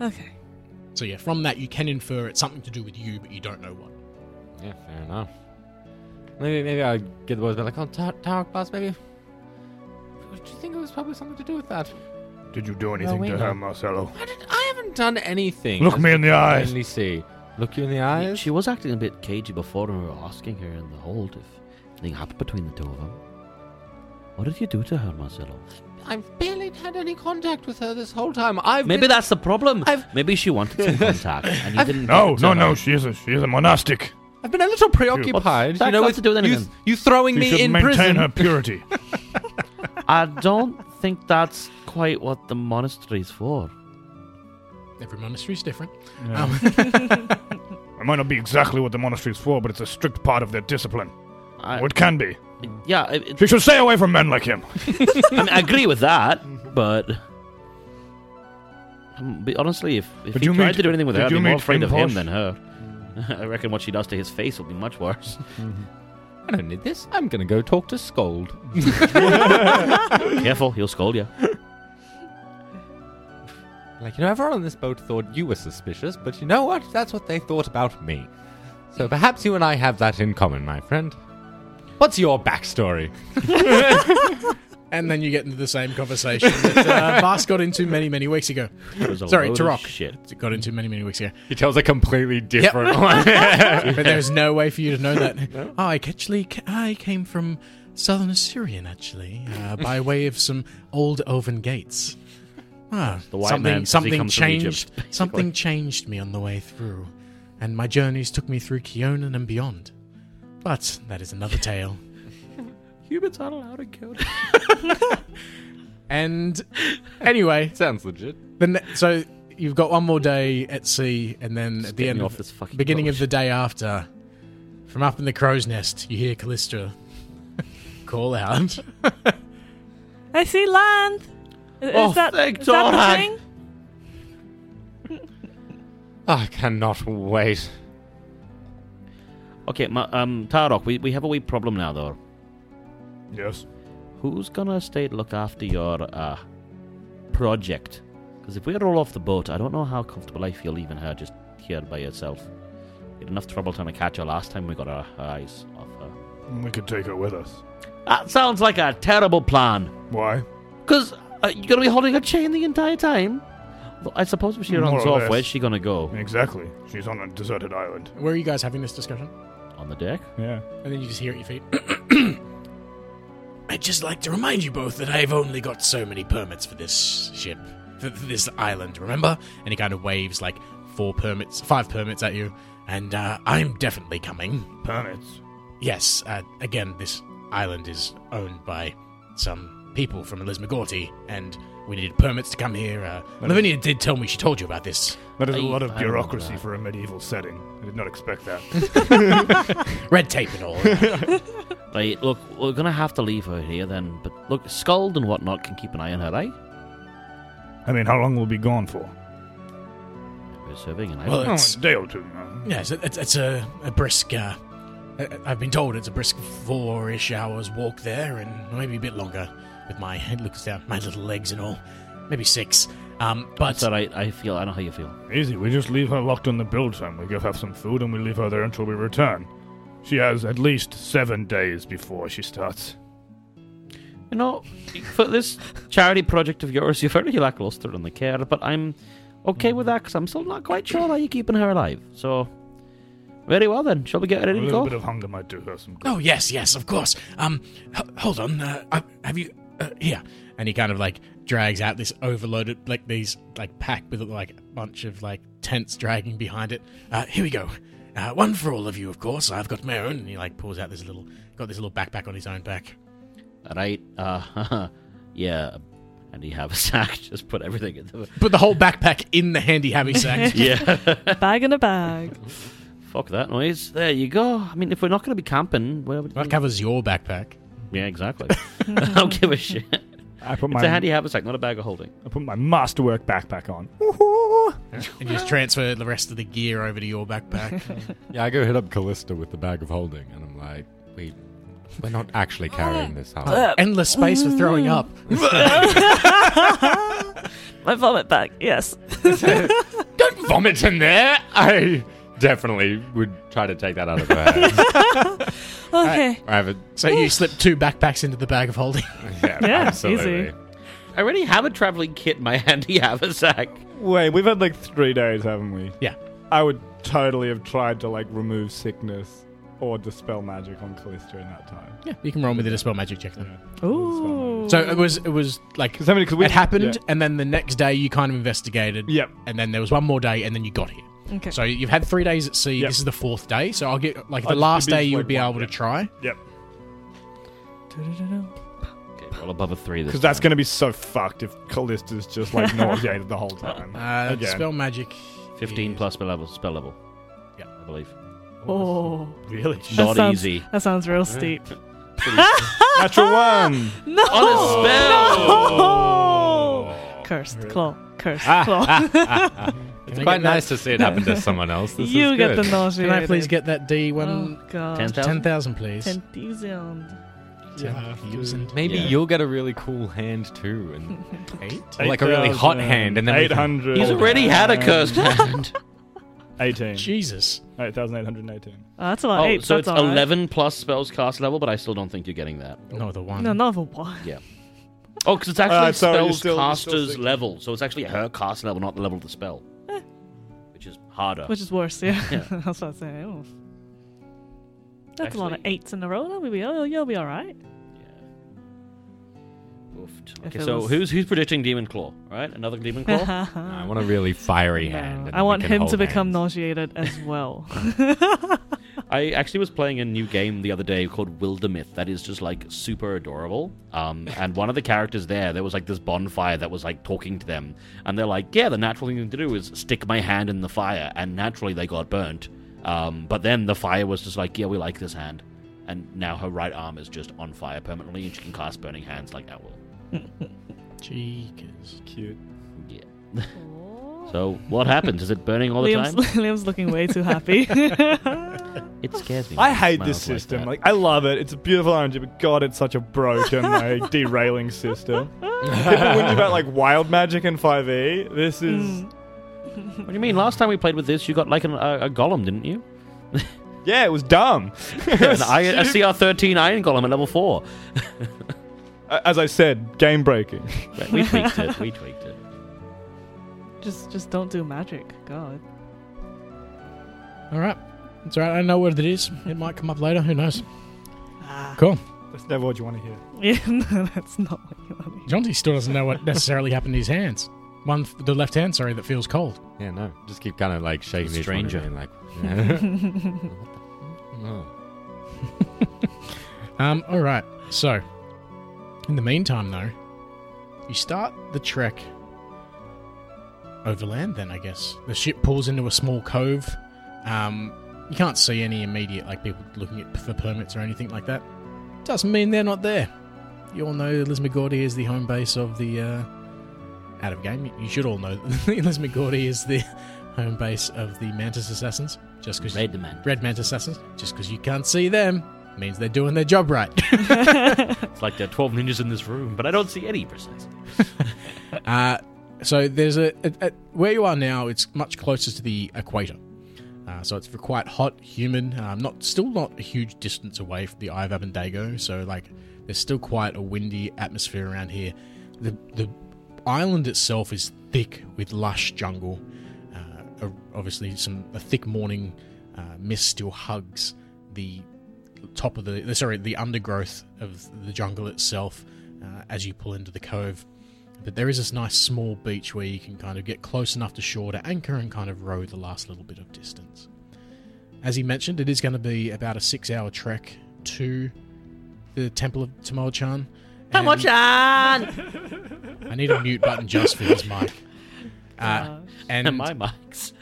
Okay.
So yeah, from that you can infer it's something to do with you, but you don't know what.
Yeah, fair enough. Maybe maybe I get the boys back like, oh, Tar- Tarek Boss, maybe. Do you think it was probably something to do with that?
Did you do anything
we
to
know.
her, Marcelo?
I, didn't, I haven't done anything.
Look
As
me
you
in the
can
eyes.
plainly see. Look you in the eyes.
She was acting a bit cagey before, and we were asking her in the hold if anything happened between the two of them. What did you do to her, Marcelo?
I've barely had any contact with her this whole time. I've
Maybe
been-
that's the problem.
I've-
Maybe she wanted some contact, and you
I've-
didn't.
No,
give it
no,
to
no.
her.
She is a she is a monastic.
I've been a little preoccupied.
that
you know,
got
with
to do with
you,
anything?
you throwing
She
me
should
in
maintain
prison.
her purity.
I don't think that's quite what the monastery's for.
Every monastery is different.
Yeah. it might not be exactly what the monastery is for, but it's a strict part of their discipline.
I,
Or it can be.
yeah, I, it-
She should stay away from men like him.
I, mean, I agree with that, but. Um, but honestly, if, if
But
he
you
tried
meet-
to do anything with her,
did
I'd
you
be more
meet
afraid of him
Imposh?
than her. I reckon what she does to his face will be much worse.
I don't need this. I'm going to go talk to Scold.
Careful, he'll scold you.
Like, you know, everyone on this boat thought you were suspicious, but you know what? That's what they thought about me. So perhaps you and I have that in common, my friend. What's your backstory?
And then you get into the same conversation that uh, Bas got into many, many weeks ago.
It was a
Sorry,
load of
Turok.
Shit.
It got into many, many weeks ago.
He tells a completely different one.
But there's no way for you to know that. Oh, I actually ca- I came from southern Assyrian, actually, uh, by way of some old oven gates. Ah,
The white
something
man says he
something
comes from Egypt,
changed.
basically.
something changed me on the way through, and my journeys took me through Keonan and beyond. But that is another tale.
Humans aren't allowed to kill.
And anyway,
Sounds legit.
The ne- so you've got one more day at sea, and then at the
get
end
me
of
off this fucking
beginning of
boat.
the day after, from up in the crow's nest, you hear Callisto call out.
I see land. I- Is,
Oh,
that,
thank
is that the
God.
thing?
I cannot wait.
Okay, ma- um, Tarok, we, we have a wee problem now, though.
Yes.
Who's gonna stay to look after your uh, project? Because if we roll off the boat, I don't know how comfortable I feel leaving her just here by herself. We had enough trouble trying to catch her last time we got our, her eyes off her.
We could take her with us.
That sounds like a terrible plan.
Why?
Because uh, you're gonna be holding a chain the entire time. Though I suppose if she
More
runs
or
off,
less.
where's she gonna go?
Exactly. She's on a deserted island.
Where are you guys having this discussion?
On the deck?
Yeah.
And then you just hear at your feet. I'd just like to remind you both that I've only got so many permits for this ship, for this island, remember? And he kind of waves like four permits, five permits at you, and uh, I'm definitely coming.
Permits.
Yes, uh, again, this island is owned by some people from Elismagorti, and we needed permits to come here. Uh, Lavinia did tell me she told you about this.
That is a
I-
lot
I
of
remember
bureaucracy
that.
for a medieval setting. I did not expect that.
Red tape and all.
Right, look, we're gonna have to leave her here then. But look, Scald and whatnot can keep an eye on her, right?
I mean, how long will we be gone for?
We're serving an
Well,
island.
Oh,
it's,
a day or two. uh,
yeah, it's, it's, it's a, a brisk. Uh, I- I've been told it's a brisk four ish hours walk there, and maybe a bit longer with my it looks down my little legs and all. Maybe six. Um, but
That's all right. I feel. I know how you feel.
Easy. We just leave her locked on the bilge time. We give her some food and we leave her there until we return. She has at least seven days before she starts.
You know, for this charity project of yours, you're very lackluster on the care, but I'm okay with that because I'm still not quite sure how you're keeping her alive. So, very well then. Shall we get
A
ready to
little
go?
bit of hunger might do her some good.
Oh yes, yes, of course. Um, h- hold on. Uh, I- have you uh, here? And he kind of like drags out this overloaded, like these like pack with like a bunch of like tents dragging behind it. Uh, here we go. Uh, one for all of you, of course. I've got my own. And he like pulls out this little, got this little backpack on his own back.
right. Uh, yeah. And you have a sack. Just put everything in the.
Put the whole backpack in the handy happy sack.
Yeah.
Bag in a bag.
Fuck that noise. There you go. I mean, if we're not going to be camping, where would
that covers your backpack.
Yeah, exactly. I don't give a shit.
I put
It's a
my
handy haversack, not a bag of holding.
I put my masterwork backpack on.
And just transfer the rest of the gear over to your backpack.
Yeah, I go hit up Callista with the bag of holding, and I'm like, we, we're not actually carrying this hard.
Endless space for throwing up.
My vomit bag, yes.
Don't vomit in there! I definitely would try to take that out of her hands.
Okay.
I have a.
So you slip two backpacks into the bag of holding.
Yeah,
Yeah,
absolutely.
easy.
I already have a traveling kit in my handy haversack.
Wait, we've had like three days, haven't we?
Yeah.
I would totally have tried to like remove sickness or dispel magic on Callista in that time.
Yeah, you can roll me the dispel magic check then.
Ooh.
So it was it was like
Because I mean, 'cause we
it happened,
Yeah.
and then the next day you kind of investigated.
Yep.
And then there was one more day, and then you got here.
Okay.
So you've had three days at sea.
Yep.
This is the fourth day. So I'll get like the
I'll just-
last
it'd be
day
just
you
like
would be
one,
able
yeah.
to try.
Yep.
Okay, roll above a three. This
Because that's going to be so fucked if Callista's just like nauseated the whole time.
Uh,
Again.
Spell magic.
time. fifteen
is-
plus spell level. Spell level.
Yeah.
I believe.
Oh.
Really?
That
not
sounds-
easy.
That sounds real steep.
Natural one.
No!
On
Oh,
a spell.
No! Cursed claw. Cursed claw.
Can I
It's
get that-
quite nice to see it happen to someone else. This
you
is
get the
good.
nausea.
Can I please get that D
Oh,
one
God.
10,000?
ten thousand, please?
Ten thousand.
Ten thousand
Maybe
Yeah.
you'll get a really cool hand too, and
eight.
or like a really hot
8,000.
hand, and then we can-
800.
He's already had a cursed hand.
18.
Jesus.
8,818.
Oh, that's a lot.
Oh,
Eight,
so it's
that's all right.
eleven plus spells cast level, but I still don't think you're getting that.
No, the one.
No, not a one.
Oh, because it's actually
Uh, sorry, you're
spells
still- you're still
caster's
thinking. Eh.
level, so it's actually her cast level, not the level of the spell, which is harder.
Which is worse, yeah.
Yeah.
that's what I'm saying. Oof. That's a lot of
Actually-
eights in a row. That'll be, oh, you'll be all right.
Yeah. Oofed.
If
Okay,
it
so
was-
who's who's predicting demon claw? All right, another demon claw.
uh, I want a really fiery hand. and
No.
then
I
we
want
can
him to
hold
become
hands.
nauseated as well.
I actually was playing a new game the other day called Wildermyth that is just like super adorable. Um, and one of the characters there, there was like this bonfire that was like talking to them, and they're like, "Yeah, the natural thing to do is stick my hand in the fire," and naturally they got burnt. Um, but then the fire was just like, "Yeah, we like this hand," and now her right arm is just on fire permanently, and she can cast burning hands like that will.
Jeekers.
Cute.
Yeah. So what happens? Is it burning all the
Liam's,
time?
Liam's looking way too happy.
It scares me. when
I
it
hate this
smells like
system.
that.
Like, I love it. It's a beautiful RNG, but God, it's such a broken, like, derailing system. People whinge about like wild magic and 5e. This is
Mm.
what do you mean? Last time we played with this, you got like an, a, a golem, didn't you?
yeah, it was dumb.
an I, a CR13 iron golem at level four.
As I said, game breaking.
Right, We tweaked it. We tweaked it.
just just don't do magic. God.
All right. It's all right. I don't know what it is. It might come up later. Who knows? Cool.
That's never what you want to hear.
Ah. Yeah, no, that's not what you want.
Jonty still doesn't know what necessarily happened to his hands. One, f- the left hand, sorry, that feels cold.
Yeah, no. Just keep kind of like shaking each
Stranger.
one and being like. oh.
Um, all right. So, in the meantime, though, you start the trek overland. Then I guess the ship pulls into a small cove. Um, you can't see any immediate like people looking at for permits or anything like that. Doesn't mean they're not there. You all know Lismagordi is the home base of the uh, out of game. You should all know Lismagordi is the home base of the Mantis Assassins. Just because
Raid the man.
Red Mantis Assassins, just because you can't see them means they're doing their job right.
It's like there are 12 ninjas in this room, but I don't see any precisely.
uh, so there's a, a, a where you are now. It's much closer to the equator, uh, so it's quite hot, humid. Um, not still not a huge distance away from the Eye of Abendago. So like there's still quite a windy atmosphere around here. The the island itself is thick with lush jungle. Uh, a- obviously, some a thick morning uh, mist still hugs the top of the sorry the undergrowth of the jungle itself uh, as you pull into the cove. But there is this nice small beach where you can kind of get close enough to shore to anchor and kind of row the last little bit of distance. As he mentioned, it is going to be about a six hour trek to the Temple of Tamoachan. Tamoachan! I need a mute button just for this mic. Uh,
Ah.
And
and,
my mics.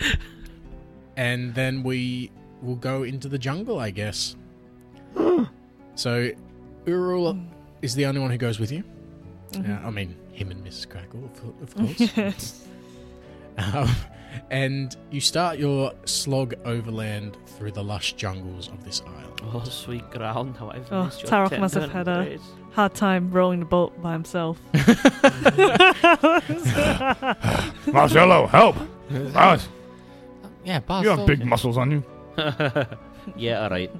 and then we will go into the jungle, I guess. so Urul is the only one who goes with you.
Mm-hmm.
Uh, I mean, him and Mrs. Crackle, of- of course. Um, and you start your slog overland through the lush jungles of this island.
Oh, sweet ground, how I've
Oh,
missed your
Tarok must
tender
have had a-
embrace.
Hard time rowing the boat by himself.
Marcello, help! Bas,
Yeah, Bas.
you have big muscles on you.
yeah, all right.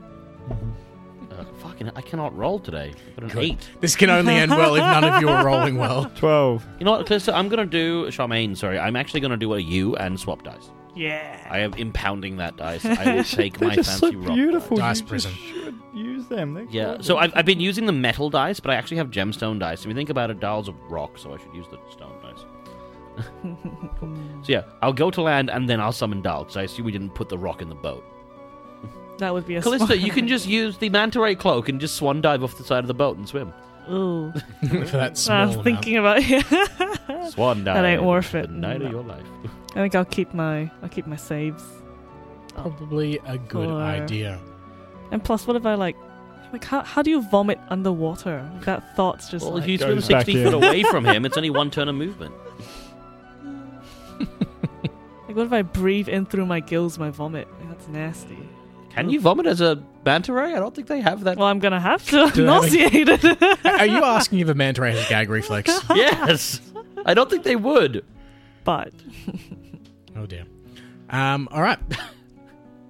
Uh, fucking, I cannot roll today. I've got an
Good.
eight.
This can only end well if none of you are rolling well.
12.
You know what, Calista? I'm gonna do Charmaine. Sorry, I'm actually gonna do a U and swap dice.
yeah.
I am impounding that dice. I will take
They're
my
just
fancy
so
rock
beautiful.
Dice
you
prison.
Just should use them. They're
dice. Yeah.
gorgeous.
So I've, I've been using the metal dice, but I actually have gemstone dice. If you think about it, Dial's a rock, so I should use the stone dice. Cool. So yeah, I'll go to land and then I'll summon Dial because I assume we didn't put the rock in the boat.
That would be a
Callista,
smart-
you can just use the manta ray cloak and just swan dive off the side of the boat and swim.
Ooh.
for that
I
small
was
amount.
thinking about yeah.
Swan dive.
ain't worth it.
The night
No.
of your life.
I think I'll keep my I'll keep my saves.
Probably a good
Or-
idea.
And plus, what if I like, like how, how do you vomit underwater? Like, that thought's just
Well,
like,
if you swim
Goes back
60
in.
feet away from him, it's only one turn of movement.
like, what if I breathe in through my gills my vomit? Like, That's nasty.
Can you vomit as a manta ray? I don't think they have that.
Well, I'm gonna have to. I'm
Do they have a-
nauseated.
Are you asking if a manta ray has a gag reflex?
yes. I don't think they would.
but
Oh dear. Um, all right.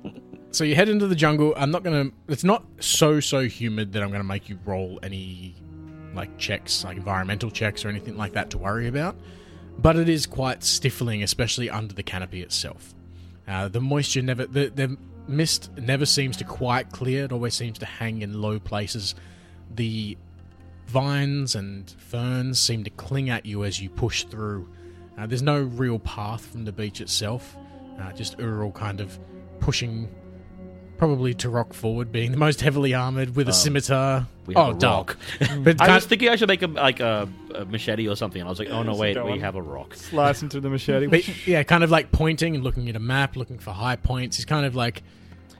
so you head into the jungle. I'm not gonna. It's not so so humid that I'm gonna make you roll any like checks, like environmental checks or anything like that to worry about. But it is quite stifling, especially under the canopy itself. Uh, the moisture never, the, the mist never seems to quite clear. It always seems to hang in low places. The vines and ferns seem to cling at you as you push through. Uh, there's no real path from the beach itself, uh, just Ural kind of pushing, probably to rock forward, being the most heavily armored with a scimitar.
We have
Oh,
a
dark.
rock.
but
I
can't-
was thinking I should make a, like a, a machete or something, and I was like, oh no, wait, we have a rock.
Slice into the machete.
but, yeah, kind of like pointing and looking at a map, looking for high points. He's kind of like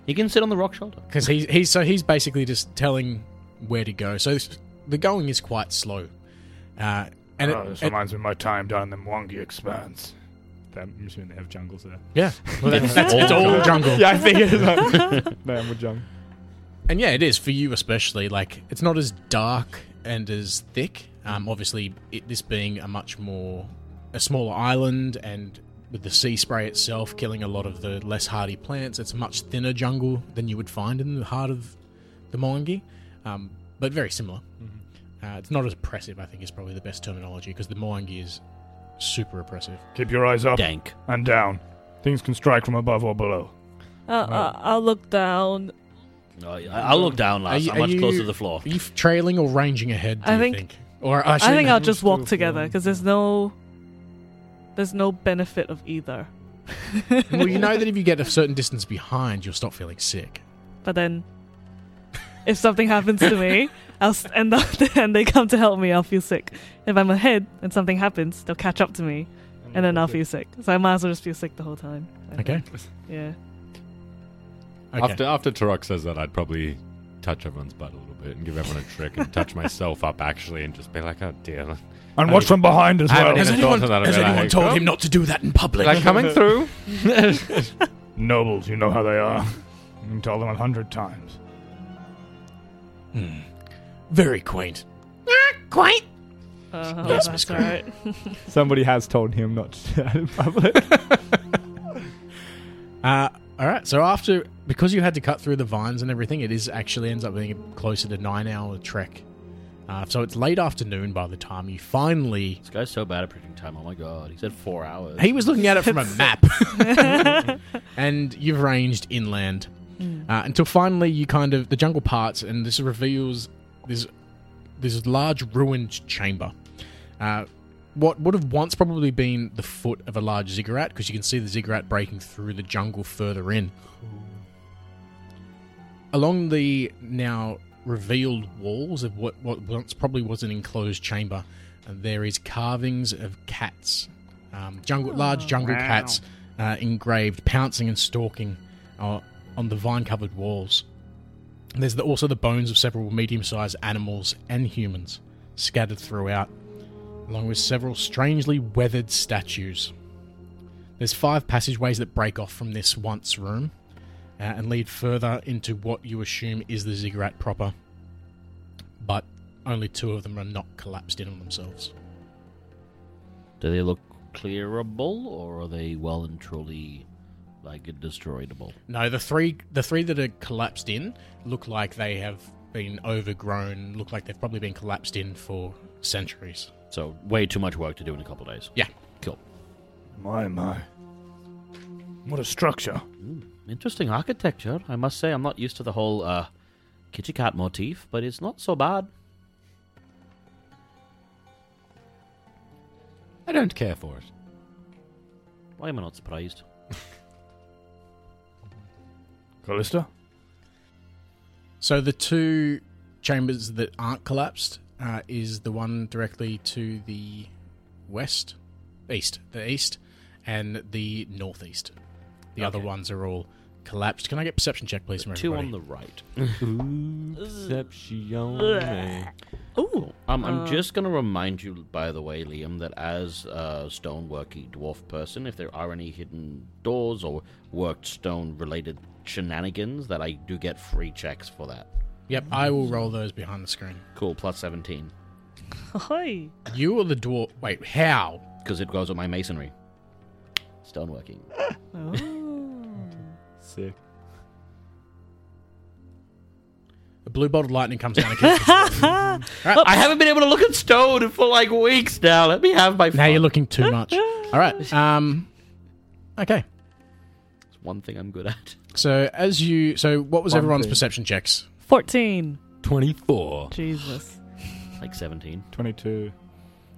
You can sit on the rock shoulder.
because he's he's so he's basically just telling where to go. So this- the going is quite slow, uh, and it-
Oh, this
it-
reminds me of my time down in the Mwangi Expanse.
I'm assuming they have jungles there.
yeah, well, that's, that's,
all
it's all jungle.
Yeah, I think it is. no, I'm with jungle.
And yeah, it is for you especially. Like it's not as dark and as thick. Um, obviously, it, this being a much more a smaller island and with the sea spray itself killing a lot of the less hardy plants, it's a much thinner jungle than you would find in the heart of the Moangi, um, but very similar. Uh, it's not as oppressive, I think, is probably the best terminology because the Moangi is super oppressive.
Keep your eyes up
Dank.
and down. Things can strike from above or below.
I'll, I'll, I'll look down.
No, Oh, I- I'll look down
Are
last.
you-
I'm
are
much
you-
closer to the floor.
Are you f- trailing or ranging ahead? Do
I
you
think-
think, or
I
actually,
think
no.
I'll just walk
Still
together
feeling-
because there's no there's no benefit of either.
well, you know that if you get a certain distance behind, you'll stop feeling sick.
But then, if something happens to me, I'll s- end up and they come to help me. I'll feel sick. If I'm ahead and something happens, they'll catch up to me, and then I'll feel sick. So I might as well just feel sick the whole time. I think.
Okay.
Yeah.
Okay.
After after Turok says that, I'd probably touch everyone's butt a little bit and give everyone a trick and touch myself up actually and just be like, oh dear.
And watch from behind as
I
well.
haven't
has
Has
anyone,
anyone- thought of that has in a anyone minute.
told
told
him
him
not to do that in public?
Like coming through?
Nobles, you know how they are. You can tell them a hundred times.
Very quaint.
Uh,
Yes, Miss
that's all
Green.
right.
Somebody has told him not to do that in public.
Uh, all right. So after, because you had to cut through the vines and everything, it is actually ends up being closer to nine hour trek. Uh, so it's late afternoon by the time you finally.
This guy's so bad at predicting time. Oh my god. He said four hours.
He was looking at it from a map, and you've ranged inland uh, until finally you kind of the jungle parts, and this reveals this this large ruined chamber. Uh, what would have once probably been the foot of a large ziggurat, because you can see the ziggurat breaking through the jungle further in. Along the now revealed walls of what, what once probably was an enclosed chamber, and there is carvings of cats, um, jungle, large jungle cats uh, engraved, pouncing and stalking uh, on the vine covered walls. There's the, also the bones of several medium sized animals and humans scattered throughout, along with several strangely weathered statues. There's five passageways that break off from this once room uh, and lead further into what you assume is the ziggurat proper, but only two of them are not collapsed in on themselves.
Do they look clearable, or are they well and truly like destroyable?
No, the three the three that are collapsed in look like they have been overgrown. Look like they've probably been collapsed in for centuries.
So way too much work to do in a couple of days.
Yeah.
Cool.
My, my. What a structure.
Interesting architecture. I must say, I'm not used to the whole uh, kitty cat motif, but it's not so bad.
I don't care for it.
Why am I not surprised?
Callista?
So the two chambers that aren't collapsed uh, is the one directly to the west, east, the east, and the northeast. The other
Okay.
ones are all collapsed. Can I get perception check, please? from
Two on
everybody?
the right.
Perception.
Oh,
Um, I'm
Uh,
just going to remind you, by the way, Liam, that as a stoneworking dwarf person, if there are any hidden doors or worked stone related shenanigans, that I do get free checks for that.
Yep, I will roll those behind the screen.
Cool, plus 17.
hi.
You or the dwarf? Wait, how?
Because it goes with my masonry. Stoneworking.
Oh.
Sick.
The blue bottle lightning comes down and kills the dwarf.
Oh.
Oh.
I haven't been able to look at stone for like weeks now. Let me have my
Now
fun.
you're looking too much. All right. Um, okay.
It's one thing I'm good at.
So as you, so what was
One
everyone's
thing.
perception checks?
14.
24.
Jesus.
Like 17.
22.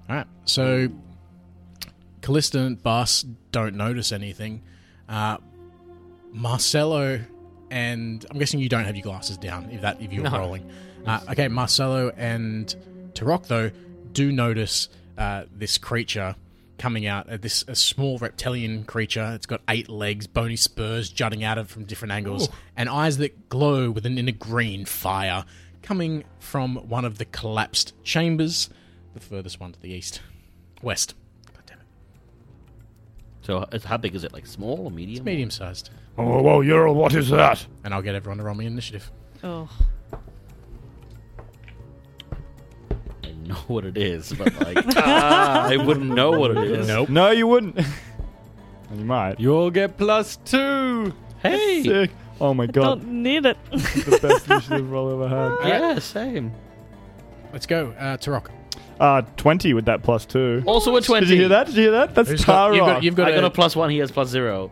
All right. So Callista and Bas don't notice anything. Uh, Marcelo and I'm guessing you don't have your glasses down if that if you're
No.
rolling. Uh, okay, Marcelo and Tarok though do notice uh, this creature coming out. Uh, this a small reptilian creature. It's got eight legs, bony spurs jutting out of from different angles, and eyes that glow with an inner green fire coming from one of the collapsed chambers, the furthest one to the east, west. God damn it.
So it's- how big is it? Like small or medium?
It's medium sized,
Oh, whoa, whoa, Ural, what is that?
and I'll get everyone to roll me initiative.
Oh.
I know what it is, but like, ah, I wouldn't know what it is.
Nope.
No, you wouldn't. And you might.
You'll get plus two.
uh,
Hey!
Sick. Oh my god.
Don't need it.
the best initiative roll I've ever had.
Yeah, same.
Let's go, uh, Tarok.
Uh, 20 with that plus two.
Also a 20.
Did you hear that? Did you hear that? That's
Who's got-
Tarok.
you've got, you've got
I got
a-
a plus one, he has plus zero.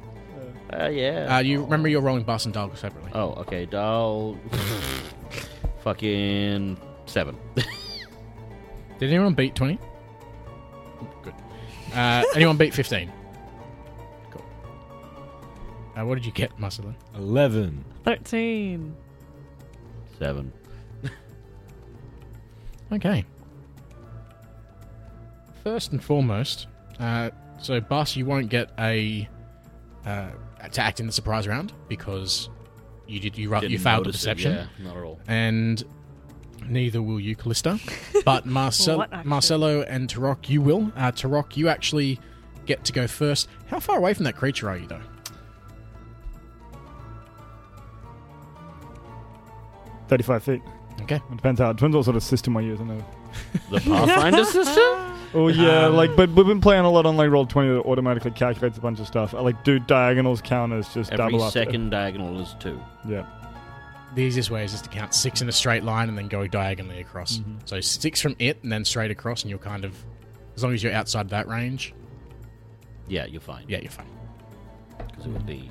Uh, yeah.
Uh, you remember you're rolling Bas and Dalg separately.
Oh, okay. Dial. fucking. Seven.
Did anyone beat 20? Good. Uh, anyone beat 15? Cool. Uh, what did you get, Marcelo?
11.
13.
Seven.
Okay. First and foremost, uh, so Bas, you won't get a uh, to act in the surprise round because you did you ru- you
Didn't
failed the
notice it,
perception,
Yeah, not at all.
and neither will you, Callista. But Marcel-
What action?
Marcelo and Tarok, you will. Uh, Tarok, you actually get to go first. How far away from that creature are you, though?
Thirty-five feet.
Okay.
It depends how. It depends what sort of system I use. I know.
The Pathfinder system?
Oh yeah,
Um,
like but we've been playing a lot on like roll twenty that automatically calculates a bunch of stuff. I like do diagonals, counters, just
Every
double up.
second diagonal is two.
Yeah.
The easiest way is just to count six in a straight line and then go diagonally across. So six from it and then straight across, and you'll kind of, as long as you're outside that range,
Yeah, you're fine.
yeah, you're fine.
Because it would be.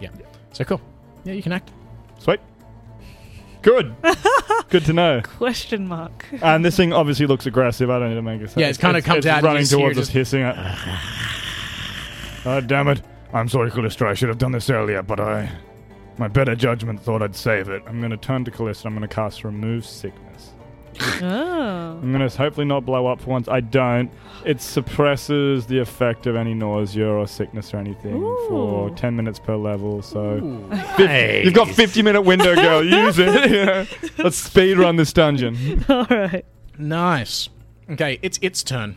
Yeah. So cool. Yeah, you can act.
Sweet. Good. Good to know.
Question mark.
And this thing obviously looks aggressive. I don't need to make a sense.
Yeah, it's kinda comes out and you
running
just hear
towards us,
just-
hissing. At,
Ah, damn it. I'm sorry, Callista. I should have done this earlier, but I. My better judgment thought I'd save it.
I'm going to turn to Callista. I'm going to cast Remove Sickness.
Oh.
I'm gonna hopefully not blow up for once. I don't. It suppresses the effect of any nausea or sickness or anything for
Ooh.
10 minutes per level. So
Ooh.
Nice.
you've got 50 minute window, girl. Use it. you know? Let's speed run this dungeon.
All right.
nice. Okay, it's its turn.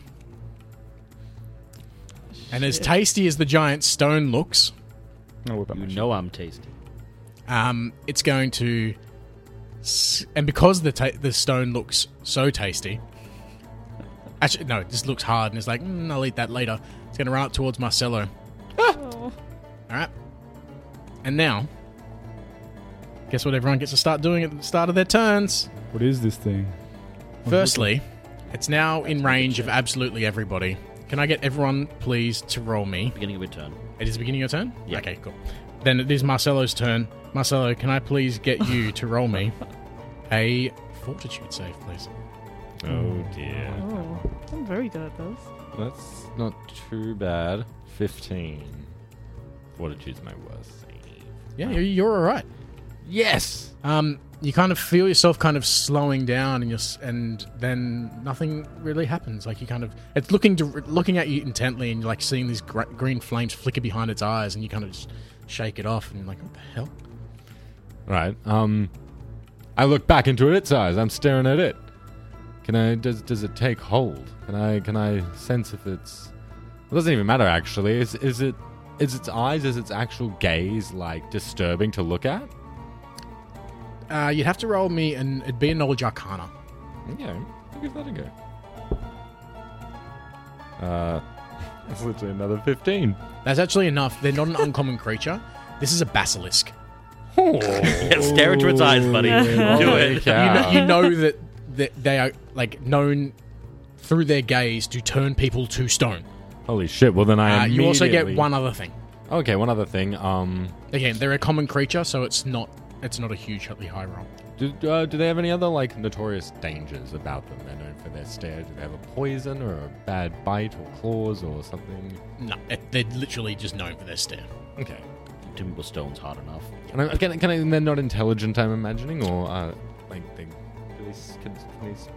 And as tasty as the giant stone looks,
I'll whip out my
You
shit.
know I'm tasty.
um, it's going to. s- And because the ta- the stone looks so tasty, actually no, it just looks hard, and it's like mm, I'll eat that later. It's going to run up towards Marcello.
Oh.
All right. And now, guess what everyone gets to start doing at the start of their turns?
What is this thing?
Firstly, it's now in range of absolutely everybody. Can I get everyone, please, to roll me?
Beginning of your turn.
It is the beginning of your turn?
Yeah.
Okay, cool. Then it is Marcelo's turn. Marcelo, can I please get you to roll me a fortitude save, please?
Oh dear.
Oh. I'm very good at those.
That's not too bad. 15. Fortitude's my worst save.
Yeah, you're, you're all right.
Yes!
Um, you kind of feel yourself kind of slowing down, and you're, s- and then nothing really happens. Like you kind of, it's looking dir- looking at you intently, and you're like seeing these gr- green flames flicker behind its eyes, and you kind of just shake it off, and you're like, what the hell?
Right. Um, I look back into its eyes. I'm staring at it. Can I? Does does it take hold? Can I? Can I sense if it's? It doesn't even matter actually. Is is it? Is its eyes? Is its actual gaze like disturbing to look at?
Uh, you'd have to roll me, and it'd be a knowledge arcana.
Yeah, I'll give that a go. Uh, that's literally another fifteen.
That's actually enough. They're not an uncommon creature. This is a basilisk.
Yeah, stare into its eyes, buddy. Do
Holy
it.
You, know,
cow.
you know that, that they are like known through their gaze to turn people to stone.
Holy shit! Well, then I.
Uh, you also get
immediately-
one other thing.
Okay, one other thing. Um,
Again, they're a common creature, so it's not it's not a hugely high roll.
Do, uh, do they have any other like notorious dangers about them? They're known for their stare. Do they have a poison or a bad bite or claws or something?
No, it, they're literally just known for their stare.
Okay.
Timblestone's hard enough.
And I, can, I- can I, and they're not intelligent. I'm imagining, or uh, like they. Do they, s- can, can they, s-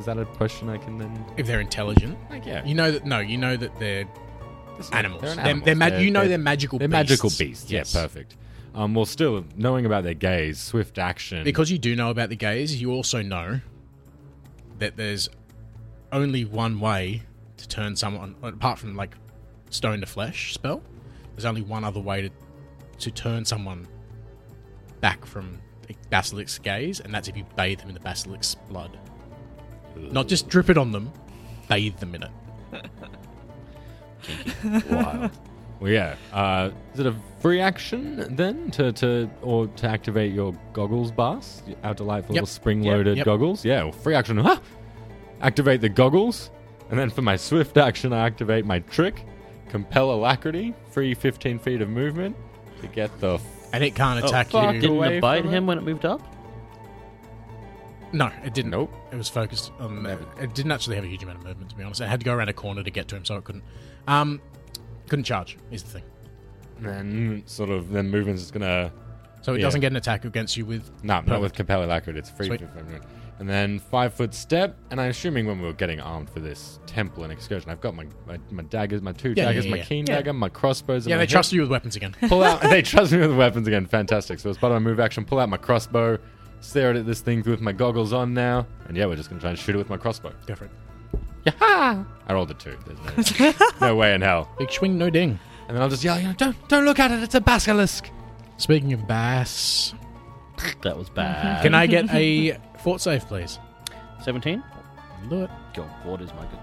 is that a question I can then?
If they're intelligent,
Like, yeah.
you know that. No, you know that they're animals.
They're
They're,
an
they're,
animals.
ma-
They're-
you know
they're-
they're, magical.
they're
beasts.
magical beasts. Yeah, perfect. Um, well, still knowing about their gaze, swift action.
Because you do know about the gaze, you also know that there's only one way to turn someone, apart from like stone to flesh spell. There's only one other way to to turn someone back from the basilisk's gaze, and that's if you bathe them in the basilisk's blood. Not just drip it on them, bathe them in it.
Wild. well, yeah. Uh, is it a free action then to, to or to activate your goggles, Bas? Our delightful
Yep.
little spring-loaded
Yep, yep.
goggles. Yeah, well, free action. Ah! Activate the goggles, and then for my swift action, I activate my trick, compel alacrity, free 15 feet of movement to get the. F-
And it can't attack
fuck.
you.
Didn't
away
it bite
from
him
it.
when it moved up?
No, it didn't.
nope.
It was focused on. It didn't actually have a huge amount of movement, to be honest. It had to go around a corner to get to him, so it couldn't. Um, couldn't charge is the thing.
And then sort of then movements is gonna.
So it
Yeah.
doesn't get an attack against you with.
No, not
Perfect.
with compel alacrity. It's free.
Sweet.
And then five foot step, and I'm assuming when we were getting armed for this temple and excursion, I've got my my, my daggers, my two
Yeah,
daggers,
yeah,
my
yeah.
keen
Yeah.
dagger, my crossbows. And
Yeah,
my
they
hip-
trust you with weapons again.
Pull out. they trust me with weapons again. Fantastic. So as part of my move action, pull out my crossbow, stare at this thing with my goggles on now, and yeah, we're just gonna try and shoot it with my crossbow.
go for it.
I rolled a two. There's no, no way in hell.
Big swing, no ding.
And then I'll just yell, you know, don't don't look at it. It's a basilisk.
Speaking of bass,
That was bad.
can I get a fort save, please?
17?
Do it.
Go, what is my good?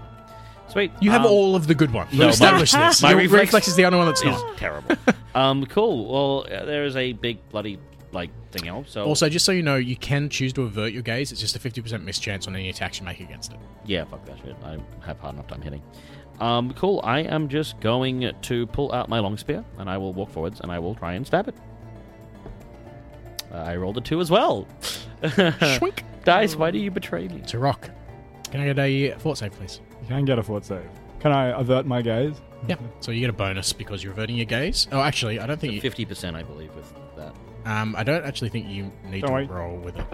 Sweet.
You have
um,
all of the good ones.
no,
We've established
my-
this.
my
Your
reflex
reflex, is the only one that's
is
not.
terrible. um, cool. Well, uh, there is a big bloody like thing else. So
Also, just so you know, you can choose to avert your gaze. It's just a fifty percent mischance on any attacks you make against it.
yeah, fuck that shit. I have hard enough time hitting. Um, cool. I am just going to pull out my long spear and I will walk forwards and I will try and stab it. Uh, I rolled a two as well.
Shwink.
Dice, why do you betray me?
To rock. Can I get a fort save, please?
You can get a fort save. Can I avert my gaze?
Yeah. So you get a bonus because you're averting your gaze. Oh, actually, I don't think you.
Fifty percent, I believe, with that.
Um, I don't actually think you need
Don't
to
worry.
roll with it.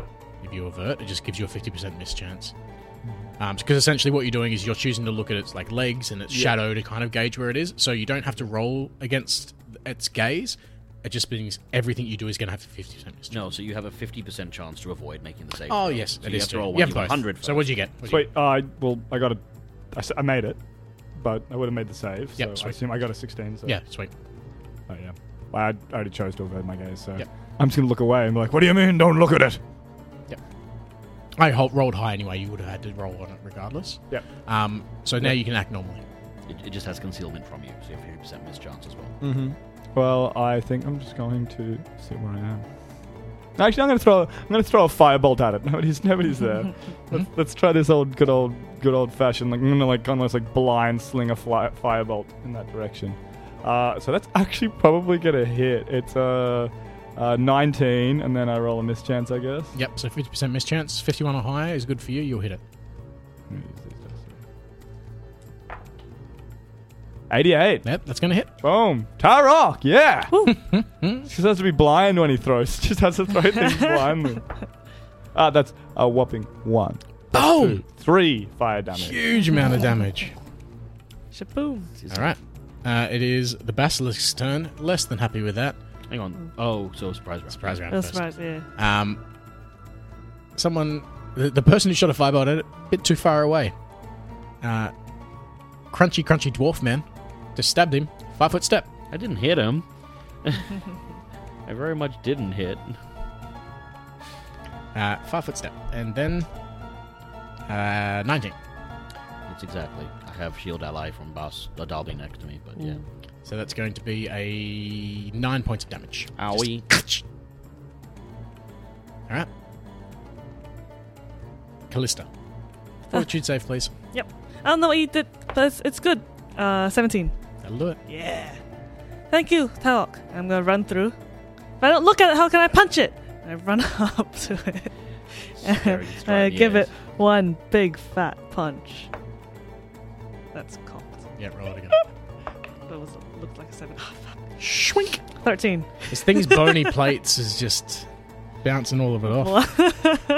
if you avert, it just gives you a 50% miss chance. Because essentially, what you're doing is you're choosing to look at its like legs and its shadow to kind of gauge where it is. So you don't have to roll against its gaze. It just means everything you do is going to have a 50% miss chance.
No, so you have a 50% chance to avoid making the save.
Oh
throw.
yes,
So
it
you
is
have to
true.
roll
You
one
have
to
both.
100.
So what'd you get? What'd you
Sweet. I well, I got a. I, s- I made it, but I would have made the save.
Yep,
So I
sweet.
assume I got a 16. So.
get? Yeah, sweet.
Oh yeah. Well, I I already chose to avoid my gaze, so
Yep.
I'm just gonna look away and be like, "What do you mean? Don't
Don't look at it.
I ho- rolled high anyway. You would have had to roll on it regardless.
Yep.
Um, so now you can act normally.
It, it just has concealment from you, so you have 50% miss chance as well.
Mm.
Mm-hmm. Well, I think I'm just going to sit where I am. Actually, I'm gonna throw I'm gonna throw a firebolt at it. Nobody's nobody's there. let's, let's try this old good old good old fashioned. Like I'm gonna like almost like blind sling a fly, firebolt in that direction. Uh, so that's actually probably gonna hit. It's uh, uh 19, and then I roll a mischance, I guess.
Yep. So 50% miss chance, 51 or higher is good for you. You'll hit it.
Let me use these dice. 88.
Yep. That's going to hit.
Boom. Tarok, yeah.
Woo.
she just has to be blind when he throws. She just has to throw things blindly. Ah, that's a whopping one.
Boom!
Three fire damage.
Oh, Huge amount of damage.
Shaboom.
All right. Uh, it is the basilisk's turn. Less than happy with that.
Hang on. Oh, so surprise round.
Surprise round
That's
first.
right, yeah.
Um, someone, the, the person who shot a firebolt at it, a bit too far away. Uh, crunchy, crunchy dwarf man just stabbed him. Five foot step.
I didn't hit him. I very much didn't hit.
Uh, five foot step. And then uh, 19.
That's exactly. I have shield ally from Bas uh, Dalby next to me, but
Mm.
yeah.
So that's going to be a nine points of damage.
Owie.
Just- All right. Callista. Fortitude save, please.
Yep. I don't know what you did, but it's, it's good. Uh, 17.
That'll do it.
Yeah. Thank you, Talok. I'm gonna run through. If I don't look at it, how can I punch it? I run up to it.
Staring straight
I
in
Uh,
the
give
eyes.
it one big fat punch. That's cocked.
Yeah, roll it again.
That was looked like a seven. Oh, fuck.
Shwink.
Thirteen.
This thing's bony plates is just bouncing all of it off.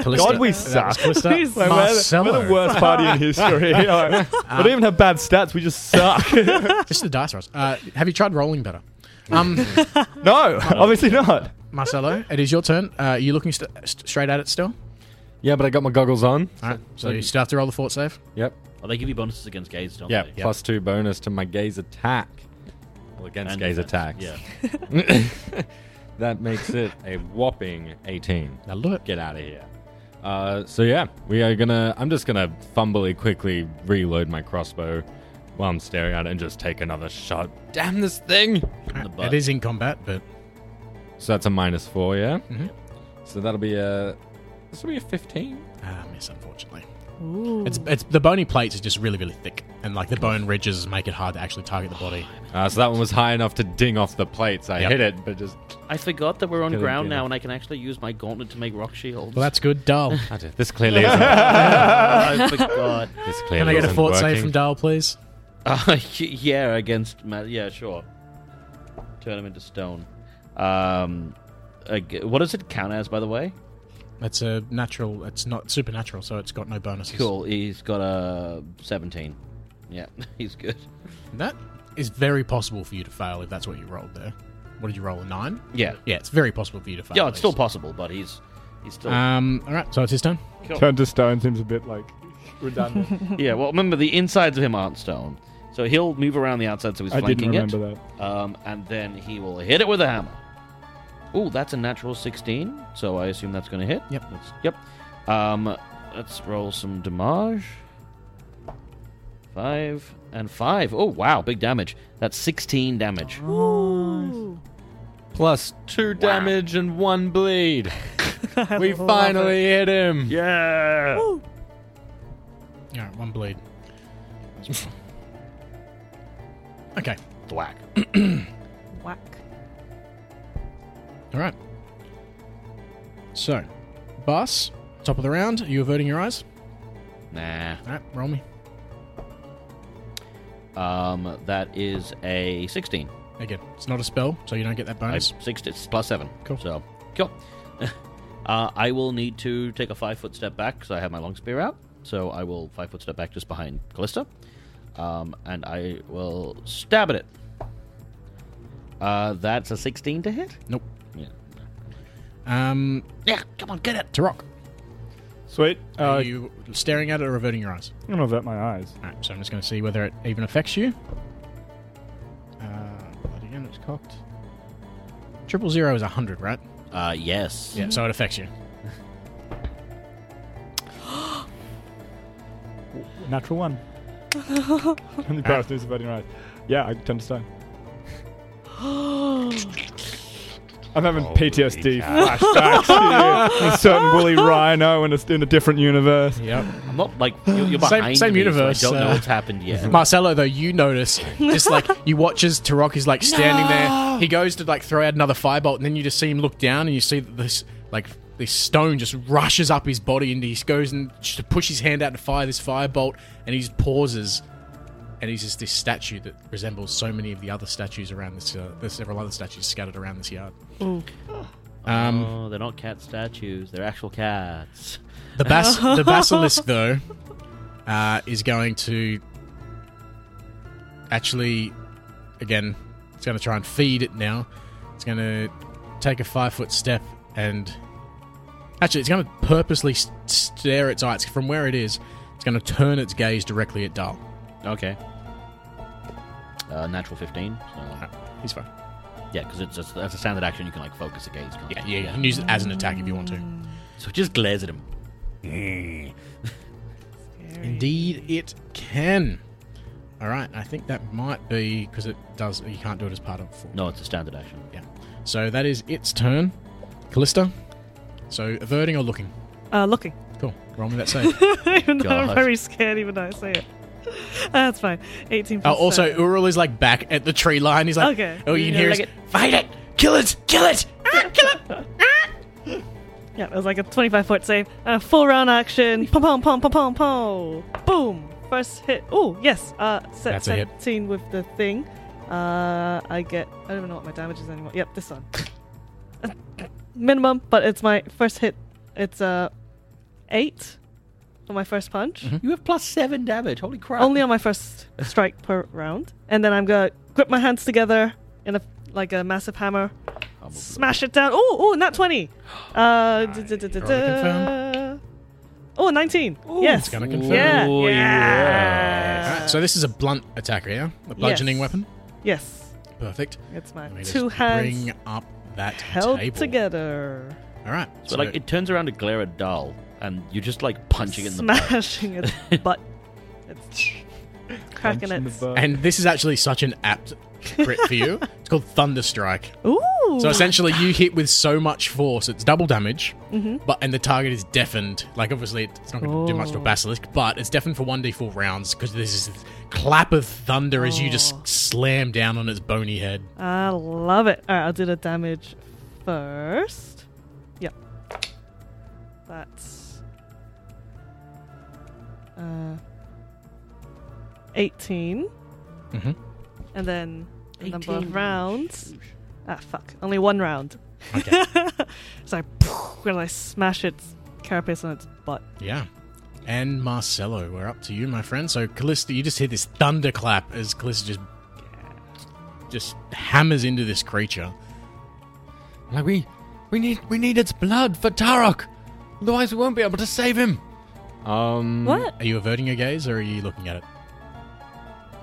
Callista.
God, we
That was
suck.
Callista.
We suck.
Like, we're, the, we're the
Marcello.
worst party in history. Like, we don't even have bad stats. We just suck.
Just the dice rolls. Uh, have you tried rolling better? Um,
no, obviously not.
Marcelo, it is your turn. Uh, are you looking st- st- straight at it still?
Yeah, but I got my goggles on.
All right. So you still have to roll the fort save.
Yep.
Oh, they give you bonuses against gaze,
Oh,
don't
Yeah,
they?
plus two bonus to my gaze attack. Well, against
And
gaze
defense.
attacks.
Yeah.
that makes it a whopping 18.
That'll do it.
Get out of here. Uh, so yeah, we are gonna. I'm just gonna fumbly quickly reload my crossbow while I'm staring at it and just take another shot. Damn this thing!
In the
It
butt.
is in combat, but
So that's a minus four, yeah.
Mhm.
So that'll be a. This will be a 15.
Ah, miss, unfortunately.
Ooh.
It's it's the bony plates are just really really thick, and like the bone ridges make it hard to actually target the body.
Uh, so that one was high enough to ding off the plates. I
Yep.
hit it, but just
I forgot that we're on
Couldn't do
ground
that.
now and I can actually use my gauntlet to make rock shields.
Well, that's good, Dahl.
I did- this clearly isn't.
I forgot.
this clearly
Can I get a
isn't
fort save
working.
from Dahl, please?
Uh, y- yeah, against Ma- yeah, sure. Turn him into stone. Um, ag- what does it count as, by the way?
That's a natural. It's not supernatural, so it's got no bonuses.
Cool. He's got a seventeen. Yeah, he's good.
That is very possible for you to fail if that's what you rolled there. What did you roll? A nine?
Yeah,
Yeah, it's very possible for you to fail.
yeah.
at
It's still
least.
possible, but he's he's still.
Um. All right. So it's his turn.
Turn to stone seems a bit like redundant.
yeah. Well, remember the insides of him aren't stone, so he'll move around the outside, so he's
I didn't
flanking
remember
it.
that.
Um, and then he will hit it with a hammer. Ooh, that's a natural 16, so I assume that's going to hit.
Yep.
That's- yep. Um, let's roll some damage. Five and five. Oh, wow, big damage. That's 16 damage.
Ooh.
Plus two damage and one bleed.
I
we
love
finally hit
it.
him.
Yeah!
Ooh.
All right. One bleed. okay.
Thwack.
Whack.
All right. So, Bus, top of the round. Are you averting your eyes?
Nah.
All right. Roll me
Um, that is a 16.
again. It's not a spell, so you don't get that
I,
bonus.
six, it's plus seven.
Cool.
So, cool. Uh, I will need to take a five foot step back because I have my long spear out. So I will five foot step back just behind Callista. Um, and I will stab at it. Uh, that's a 16 to hit?
Nope.
Yeah.
Um,
Yeah, come on, get it.
Turok,
Sweet. Uh,
are you staring at it or averting your eyes?
I'm gonna avert my eyes.
All right, so I'm just going to see whether it even affects you. Uh, but again, it's cocked. Triple zero is 100, right?
Uh, yes.
Yeah, so it affects you.
Natural one. I'm embarrassed news about your eyes. Yeah, I tend to stone. I'm having
Holy
PTSD
cow.
flashbacks to a certain Willy Rhino in a, in a different universe.
Yep.
I'm not like, you're, you're
Same-
behind
same
me,
universe,
So I don't know
uh,
what's happened yet.
Marcelo, though, you notice, just like you watch as Turok is like standing there. He goes to like throw out another firebolt, and then you just see him look down, and you see that this like this stone just rushes up his body, and he goes and just to push his hand out to fire this firebolt, and he pauses, and he's just this statue that resembles so many of the other statues around this. Uh, there's several other statues scattered around this yard. Um,
oh, they're not cat statues. They're actual cats.
The, bas- the basilisk, though, uh, is going to actually, again, it's going to try and feed it now. It's going to take a five foot step and actually, it's going to purposely s- stare its eyes from where it is. It's going to turn its gaze directly at Dal.
Okay. Uh, natural 15. So,
Uh, He's fine.
yeah, because it's just, that's a standard action. You can like focus a gaze. can't
Yeah,
you?
yeah, you can use it as an attack if you want to.
So it just glares at him. That's
Indeed, it can. All right, I think that might be because it does. You can't do it as part of. Full.
No, it's a standard action.
Yeah. So that is its turn. Callista. So averting or looking?
Uh, looking.
Cool. Roll me that save.
even though I'm
God.
very scared, even though I say it. That's fine. 18
oh,
plus
also,
seven.
Ural is like back at the tree line. He's like,
Okay.
oh, you can hear
like
is, fight it, kill it, kill it, ah, kill it.
Yeah, it was like a 25 foot save. Uh, full round action. Pom pom pom pom pom pom. Boom. First hit. Oh, yes. Uh, set
That's a hit.
17 with the thing. Uh, I get. I don't even know what my damage is anymore. Yep, this one. Uh, Minimum, but it's my first hit. It's uh, 8 on my first punch.
Mm-hmm. You have plus seven damage. Holy crap!
Only on my first strike per round. And then I'm going to grip my hands together in a like a massive hammer. Smash it down. Oh, oh, not 20. Uh, da- da- da- da-
Roll to
da. Oh, 19. yes.
gonna-
Yeah.
Ooh,
yeah.
All right, so this is a blunt attacker, yeah? A bludgeoning
Yes.
weapon.
Yes.
Perfect.
It's my
Let me
two
just
hands
Bring up that
held
table.
together.
All right.
So, like it turns around to glare at Dull, and you're just like punching it in the butt.
Smashing its butt. It's cracking
Punch in the
it.
butt.
and this is actually such an apt crit for you. It's called Thunder Strike.
Ooh.
So essentially, you hit with so much force, it's double damage,
Mm-hmm.
but and the target is deafened. Like obviously, it's not going to do much to a
Oh.
basilisk, but it's deafened for one d four rounds because there's this clap of thunder as you
Oh.
just slam down on its bony head.
I love it. All right, I'll do the damage first. Yep. That's uh, 18.
Mhm.
And then the number
18.
of rounds. Ah, fuck. Only one round.
Okay.
So I, when I smash its carapace on its butt.
yeah. And Marcelo, we're up to you, my friend. So Callista, you just hear this thunderclap as Callista just just hammers into this creature.
Like we, we need we need its blood for Tarok, otherwise we won't be able to save him. Um,
What?
Are you averting your gaze or are you looking at it?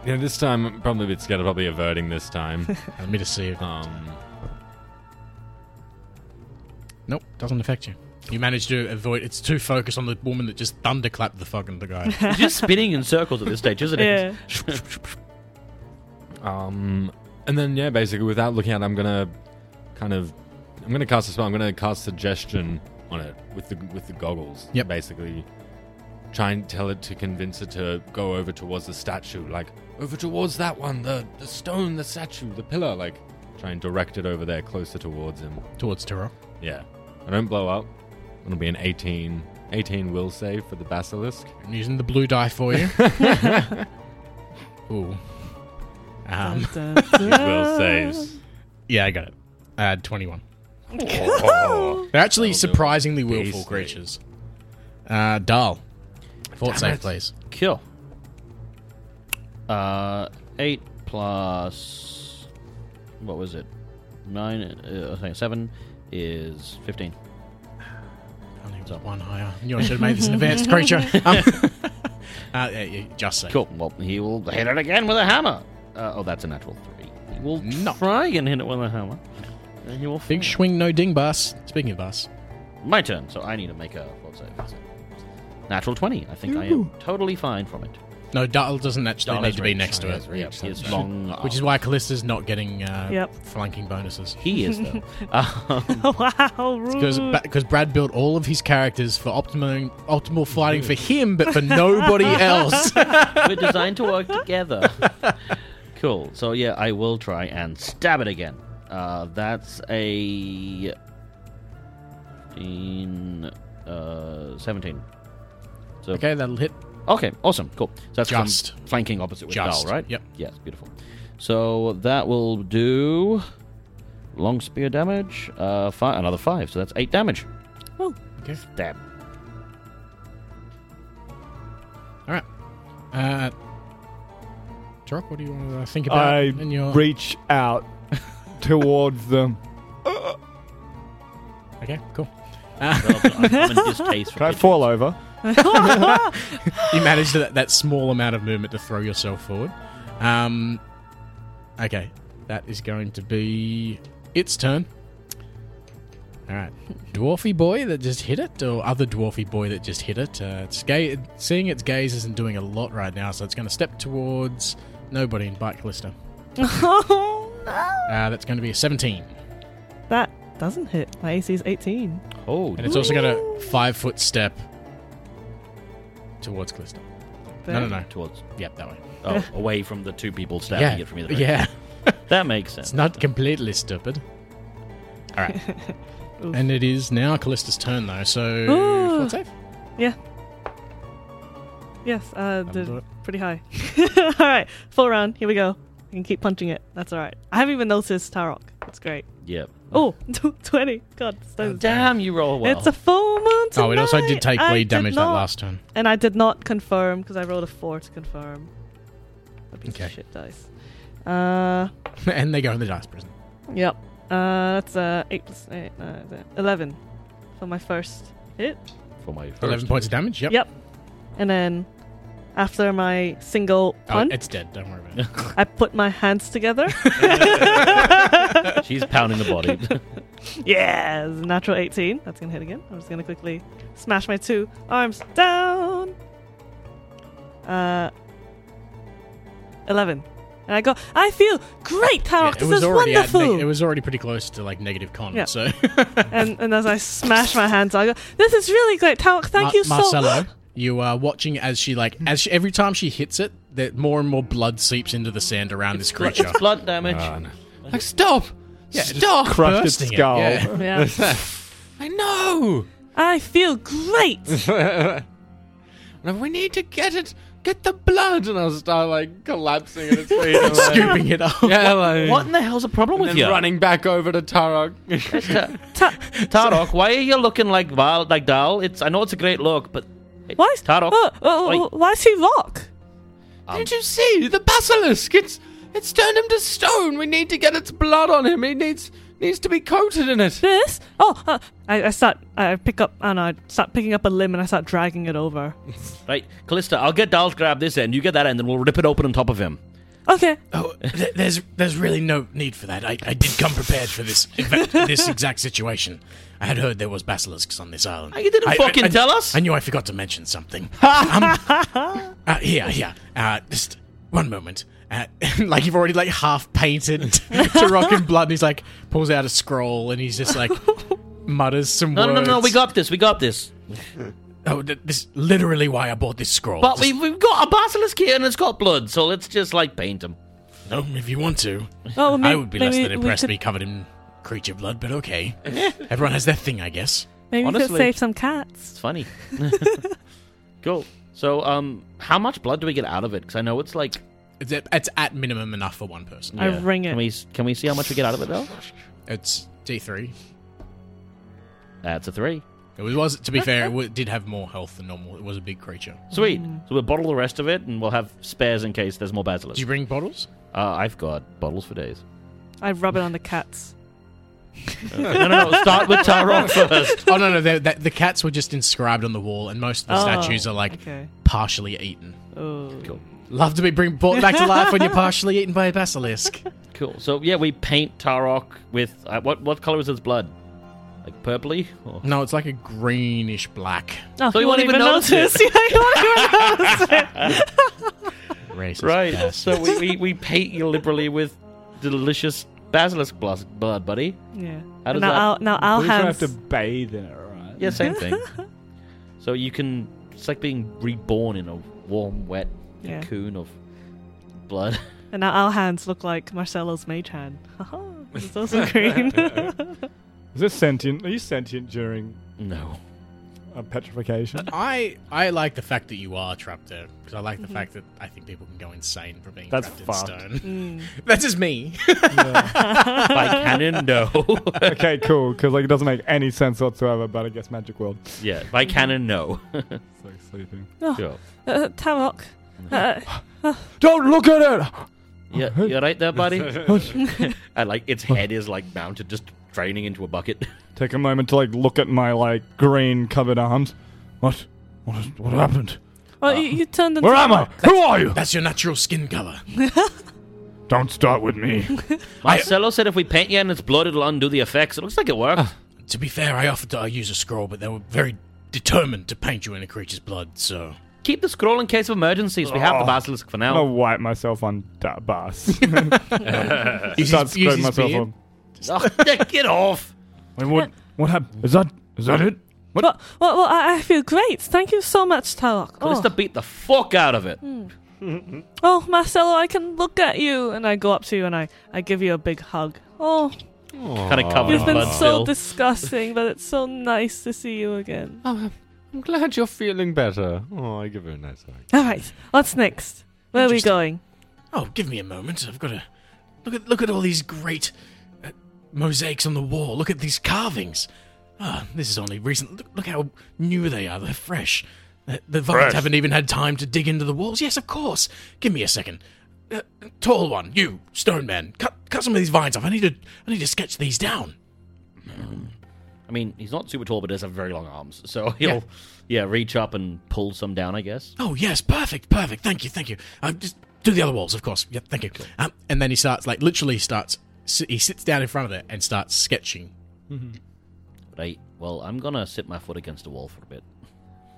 Yeah, this time I'm probably a bit scared. of Probably averting this time.
Let me just see. If,
um,
Nope, doesn't affect you. You managed to avoid. It's too focused on the woman that just thunderclapped the fucking the guy.
It's just spinning in circles at this stage, isn't
Yeah.
it?
um, and then yeah, basically without looking at, it, I'm gonna kind of, I'm gonna cast a spell. I'm gonna cast suggestion on it with the with the goggles.
Yep.
Basically, try and tell it to convince it to go over towards the statue, like over towards that one, the the stone, the statue, the pillar, like try and direct it over there, closer towards him.
towards Turok.
Yeah. I don't blow up. It'll be an 18. 18 will save for the basilisk.
I'm using the blue die for you. Ooh. Um,
Dun, dun,
Will
dun.
saves.
yeah, I got it. Uh, 21. They're actually
That'll do it.
surprisingly willful
Beastly.
creatures. Uh, Dahl. Fort safe, please.
Kill. Uh, eight plus what was it? Nine. Uh, I think seven is fifteen.
Only was one higher. You should have made this an advanced creature. Um, uh, yeah, yeah, just safe.
Cool. Well, he will hit it again with a hammer. Uh, oh, that's a natural three. He will
No.
try and hit it with a hammer.
Uh,
And he will.
Big
fail.
swing, no ding, bus. Speaking of bus,
My turn. So I need to make a fort save. That's it. Natural twenty. I think I am totally fine from it.
no, Dahl doesn't actually
Dahl
need
has
to be
reach.
next to
Oh,
it,
he has reach.
Yeah, he is
That's
long.
which is why Callista's not getting uh,
Yep.
flanking bonuses.
he is though. um,
wow, rude.
Because because Brad built all of his characters for optimum optimal flying for him, but for nobody else.
We're designed to work together. cool. So yeah, I will try and stab it again. Uh, that's a 15, uh, 17. So okay.
okay, that'll hit.
awesome, cool. So that's from
Just.
flanking opposite with
Just.
Dahl, right?
Yep.
Yes, beautiful. So that will do long spear damage. Uh, fi another five. So that's eight damage.
Woo.
Okay.
Stab.
All right. Uh, Drop. What do you want to think about?
I
in your
reach out towards them.
okay, cool.
Well, I'm, I'm in distaste for
Can I
pitching.
fall over?
you managed that, that small amount of movement to throw yourself forward. Um, okay, that is going to be its turn. All right, dwarfy boy that just hit it, or other dwarfy boy that just hit it. Uh, it's ga- seeing its gaze isn't doing a lot right now, so it's going to step towards nobody and bite Callista.
oh no!
Uh, that's going to be a 17,
That doesn't hit. My AC is 18.
Oh,
and it's also going to five foot step towards Callista. No, no, no.
towards
Yep, that way.
Oh, away from the two people stabbing
yeah,
it from either direction.
yeah.
That makes sense.
It's not completely stupid. All right.
Oof.
and it is now Callista's turn, though. So
Ooh.
fort save.
Yes, uh, did
do it.
pretty high. all right, full round. Here we go. I can keep punching it. That's all right. I haven't even noticed Tarok. That's great.
Yeah.
Oh, 20. God, stones.
Damn, you roll well.
It's a full moon
Oh, it also did
tonight.
take
I
bleed
did
damage that
not-
last turn.
And I did not confirm because I rolled a 4 to confirm. A piece
Okay.
of shit dice. Uh,
and they go in the dice prison.
yep. Uh, that's uh, 8 plus 8. Uh, 11 for my first hit.
for my first.
11 points of damage. Yep.
Yep. And then after my single
Oh,
punch,
it's dead. Don't worry about it.
I put my hands together.
She's pounding the body.
Yes, natural 18. That's going to hit again. I'm just going to quickly smash my two arms down. Uh, 11. And I go, I feel great,
Yeah,
Tarok.
it
Oh, this
was
is
already at
wonderful.
neg- it was already pretty close to like negative con.
Yeah.
So
and, and as I smash my hands, I go, this is really great, Tarok. Thank
Mar-
you so
Marcello, you are watching as she like as she, every time she hits it, that more and more blood seeps into the sand around this creature.
It's blood damage.
Uh,
Ah, no. Like, stop! stop!
crushed its
Bursting it,
skull.
yeah.
Yeah.
I know!
I feel great.
and I'm, we need to get it, get the blood! And I'll start, like, collapsing at its feet. and, like-
Scooping it up.
Yeah, like,
What in the hell's the problem
And
with
then
you?
running back over to Tarok.
Ta-
Tarok, why are you looking like Val, like Dal? It's I know it's a great look, but
why, is,
Tarok?
oh, oh, why is he rock?
Um.
Didn't you see the basilisk? It's it's turned him to stone. We need to get its blood on him. He needs needs to be coated in it.
This? Oh, uh, I, I start, I pick up, and I start picking up a limb and I start dragging it over.
Right, Callista, I'll get Dal to grab this end. You get that end, and we'll rip it open on top of him.
Okay,
Oh, th- there's there's really no need for that. I, I did come prepared for this in fact, this exact situation. I had heard there was basilisks on this island.
Oh, you didn't
I-
fucking
I- I-
tell us.
I knew I forgot to mention something. um, uh, here, here. Uh, just one moment. Uh, like you've already like half painted to rock and blood. And he's like pulls out a scroll and he's just like mutters some
no, no,
words.
no, no. We got this. We got this.
Oh, th- this is literally why I bought this scroll.
But
Just-
we, we've got a basilisk here, and it's got blood. So let's just like paint him.
no, if you want to.
Oh, well, may-
I would be less
maybe
than
we
impressed to
could-
be covered in creature blood, but okay. Everyone has their thing, I guess.
Maybe we
Honestly.
could save some
It's
cats.
funny. cool. So, um, how much blood do we get out of it? Because I know it's like
It's at, it's at minimum enough for one person.
I ring it.
Can we can we see how much we get out of it though?
It's D3.
That's a three.
It was, was to be fair, it w- did have more health than normal. It was a big creature.
Sweet.
Mm.
So we'll bottle the rest of it, and we'll have spares in case there's more
Did
basilisks.
you bring bottles?
Uh, I've got bottles for days.
I rub it on the cats.
no, no, no. Start with Tyrone first.
oh no, no, they they- the cats were just inscribed on the wall, and most of the statues
Oh,
are like
Okay.
partially eaten.
Oh.
Cool.
Love to be bring brought back to life when you're partially eaten by a basilisk.
Cool. So yeah, we paint Tarok with uh, what? What color is his blood? Like purpley? Or?
No, it's like a greenish black.
Oh,
So you won't even notice it.
yeah, you won't even notice it.
Racist
Right.
bastard.
So we, we, we paint you liberally with delicious basilisk blas- blood, buddy.
Yeah.
How does
now
that-
I'll now I'll
At least you have
have
to bathe in it, right?
Yeah, same thing. so you can. It's like being reborn in a warm, wet
Yeah.
cocoon of blood.
and now our hands look like Marcelo's mage hand. Haha, it's also green.
Is this sentient? Are you sentient during
no.
uh, petrification?
I I like the fact that you are trapped there because I like the fact that I think people can go insane from being
That's
trapped
fucked.
in stone.
Hmm.
That's just me.
By canon, no.
okay, cool. Because like it doesn't make any sense whatsoever. But I guess magic world.
yeah, by canon, no.
It's like sleeping.
Sure.
uh, Tarok. Uh,
Don't look at it.
Yeah, you're right there, buddy. and like its head is like mounted, just draining into a bucket.
Take a moment to like look at my like green covered arms. What? What, is, what happened?
well, you, you turned into.
Where am I? Who are you?
That's your natural skin color.
Don't start with me.
Marcelo said if we paint you and it's blood, it'll undo the effects. It looks like it worked.
To be fair, I offered to use a scroll, but they were very determined to paint you in a creature's blood. So
Keep the scroll in case of emergencies. We have the
Oh.
basilisk for
I'm
now.
gonna wipe myself on that bus.
use
Start
his, use
scraping
his
myself
beard.
on.
Oh, get off.
Wait, what? What happened? Is that? Is that it?
Well, well, well I, I feel great. Thank you so much, Tarok.
Let's
Oh.
to beat the fuck out of it.
oh, Marcelo, I can look at you. And I go up to you and I, I give you a big hug. Oh,
Kind of covered in
you've been
Oh, blood
so
still.
disgusting, but it's so nice to see you again.
Oh, I'm glad you're feeling better. Oh, I give her a nice hug.
All right, what's next? Where are we
Interesting.
going?
Oh, give me a moment. I've got to look at look at all these great uh, mosaics on the wall. Look at these carvings. Ah, this is only recent. Look, look how new they are. They're fresh. The, the vines
Fresh.
haven't even had time to dig into the walls. Yes, of course. Give me a second. Uh, tall one, you stone man. Cut cut some of these vines off. I need to I need to sketch these down.
I mean, he's not super tall, but he does have very long arms. So he'll, yeah. reach up and pull some down, I guess.
Oh yes, perfect, perfect. Thank you, thank you. Um, just do the other walls, of course. Yep, thank you. Um, and then he starts like literally starts. si- He sits down in front of it and starts sketching
Right. Well, I'm going to sit my foot against the wall for a bit.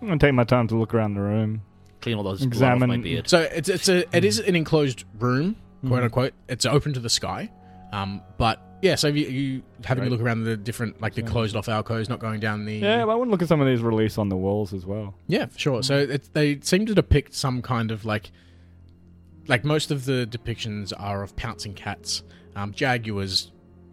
I'm gonna take my time to look around the room.
Clean all those blood
Examine-
off my beard.
So it's it's a it is an enclosed room, quote unquote. It's open to the sky, um, but yeah. So you, you having a look around the different like the closed off alcoves, not going down the
Yeah, but I want to look at some of these release on the walls as well.
yeah, for sure. So it, they seem to depict some kind of like like most of the depictions are of pouncing cats, um, jaguars.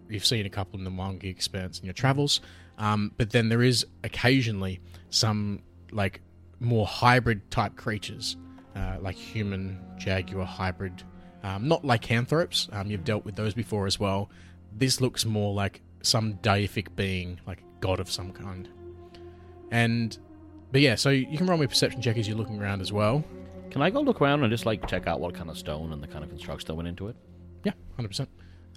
You've seen a couple in the manga expanse in your travels, um, but then there is occasionally some like more hybrid type creatures, uh, like human jaguar hybrid. Um, not lycanthropes. Um, you've dealt with those before as well. This looks more like some deific being, like a god of some kind. And but yeah, so you can roll me a perception check as you're looking around as well.
Can I go look around and just, like, check out what kind of stone and the kind of construction that went into it?
Yeah, hundred percent.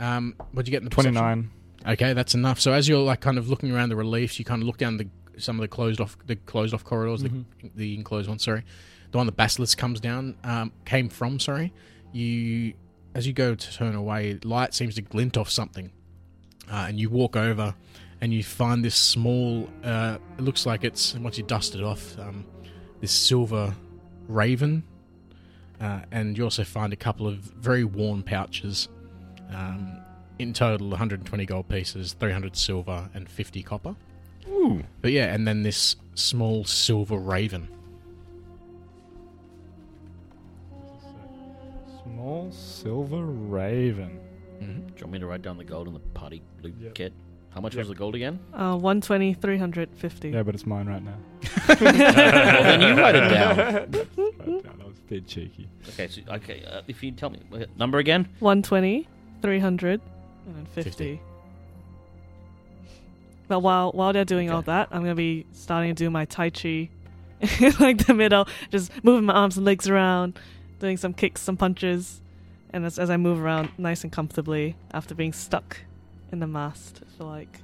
Um, what'd you get in the
Twenty
perception?
nine.
Okay, that's enough. So as you're like kind of looking around the reliefs, you kind of look down the some of the closed off the closed off corridors,
Mm-hmm.
the, the enclosed one. Sorry, the one the basilisk comes down um, came from. Sorry, you as you go to turn away, light seems to glint off something, uh, and you walk over, and you find this small. Uh, it looks like it's once you dust it off, um, this silver raven, uh, and you also find a couple of very worn pouches. Um, in total 120 gold pieces 300 silver and 50 copper
Ooh.
but yeah and then this small silver raven
Small silver raven.
Mm-hmm.
Do you want me to write down the gold in the party loot kit? How much was the gold again?
Uh, 120, 350.
Yeah, but it's mine right now.
well, then you write it down.
Right now, that was dead cheeky.
Okay, so okay, uh, if you tell me uh, number again,
120, 300, and then 50.
Fifty.
But while while they're doing all
Okay.
that, I'm gonna be starting to do my tai chi, in, like the middle, just moving my arms and legs around, doing some kicks, some punches, and as as I move around nice and comfortably after being stuck in the mast for like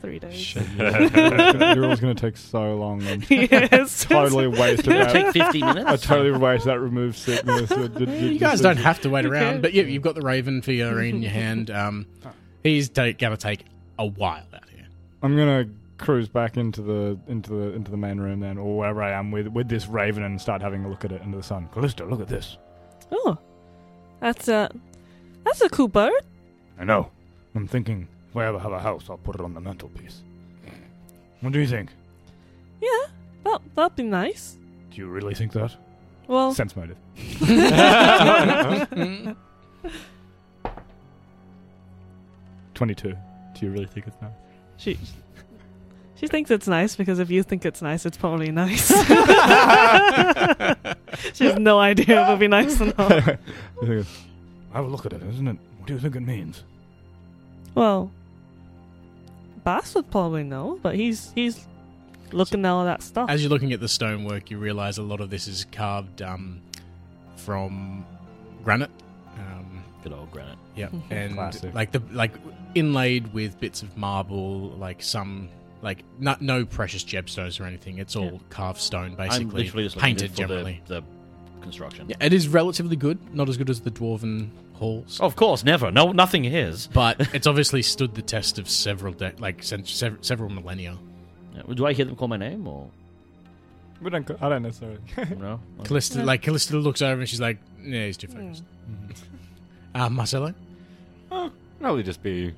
three days.
Shit, Euros gonna take so long. And
yes.
totally wasted
It'll take
that.
50
I
minutes.
totally wasted that removed sickness.
You guys don't have to wait
Okay.
around, but yeah, you've got the Raven Fiora in your hand. Um, he's ta- gonna take a while out here.
I'm gonna cruise back into the into the into the main room then, or wherever I am with with this raven, and start having a look at it under the sun.
Callista, look at this.
Oh, that's a that's a cool bird.
I know. I'm thinking if I ever have a house, I'll put it on the mantelpiece. What do you think?
Yeah, that that'd be nice.
Do you really think that?
Oh.
Well,
Sense motive. Twenty-two. Do you really think it's nice?
she she thinks it's nice because if you think it's nice, it's probably nice. she has no idea if it'll be nice or not.
You think it's-
Have a look at it, isn't it? What do you think it means?
Well, Bass would probably know, but he's he's looking at all that stuff.
As you're looking at the stonework, you realise a lot of this is carved um, from granite. Um,
Good old granite.
Yeah, and
Classic.
like the like inlaid with bits of marble, like some like not no precious gemstones or anything. It's all carved stone, basically,
I'm literally just looking
painted
for the,
generally.
the construction.
Yeah, it is relatively good, not as good as the dwarven halls,
Of course, never. No, nothing is.
but it's obviously stood the test of several de- like sen- sev- several millennia.
Yeah, Do I hear them call my name or
we don't. go- I don't necessarily.
no?
Callista,
Yeah.
like Callista, looks over and she's like, "Yeah, he's too
Hmm.
focused." Uh, Marcelo,
Probably just be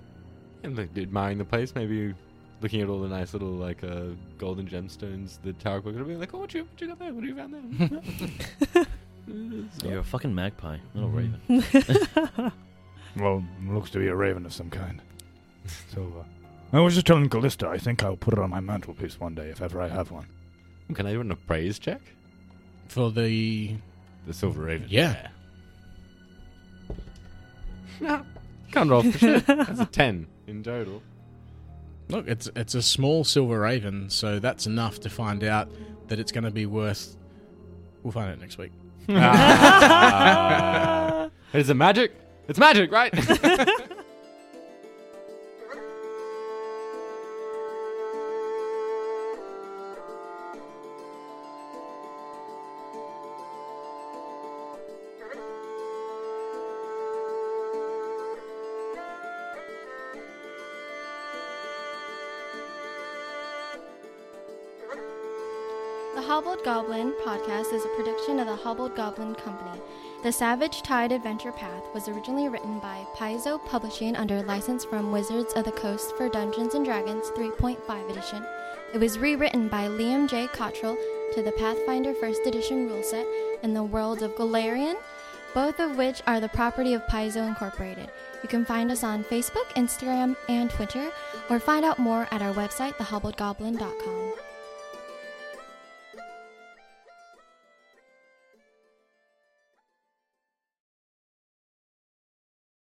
and, like, admiring the place, maybe looking at all the nice little like uh, golden gemstones the tower clock would be like, oh, what you what you got there? What do you found there?
You're a fucking magpie, little raven.
Well, it looks to be a raven of some kind. so, uh, I was just telling Callista, I think I'll put it on my mantelpiece one day if ever I have one.
Can I do an appraise check?
for the
The silver raven.
yeah,
Nah, can't roll for shit. That's a ten in total.
Look, it's it's a small silver raven, so that's enough to find out that it's going to be worth. We'll find out next week.
Ah. Is it magic? It's magic, right?
The Hobbled Goblin podcast is a production of the Hobbled Goblin Company. The Savage Tide Adventure Path was originally written by Paizo Publishing under license from Wizards of the Coast for Dungeons and Dragons 3.5 edition. It was rewritten by Liam J. Cottrell to the Pathfinder 1st edition rule set and the world of Galarian, both of which are the property of Paizo Incorporated. You can find us on Facebook, Instagram, and Twitter, or find out more at our website, thehobbledgoblin.com.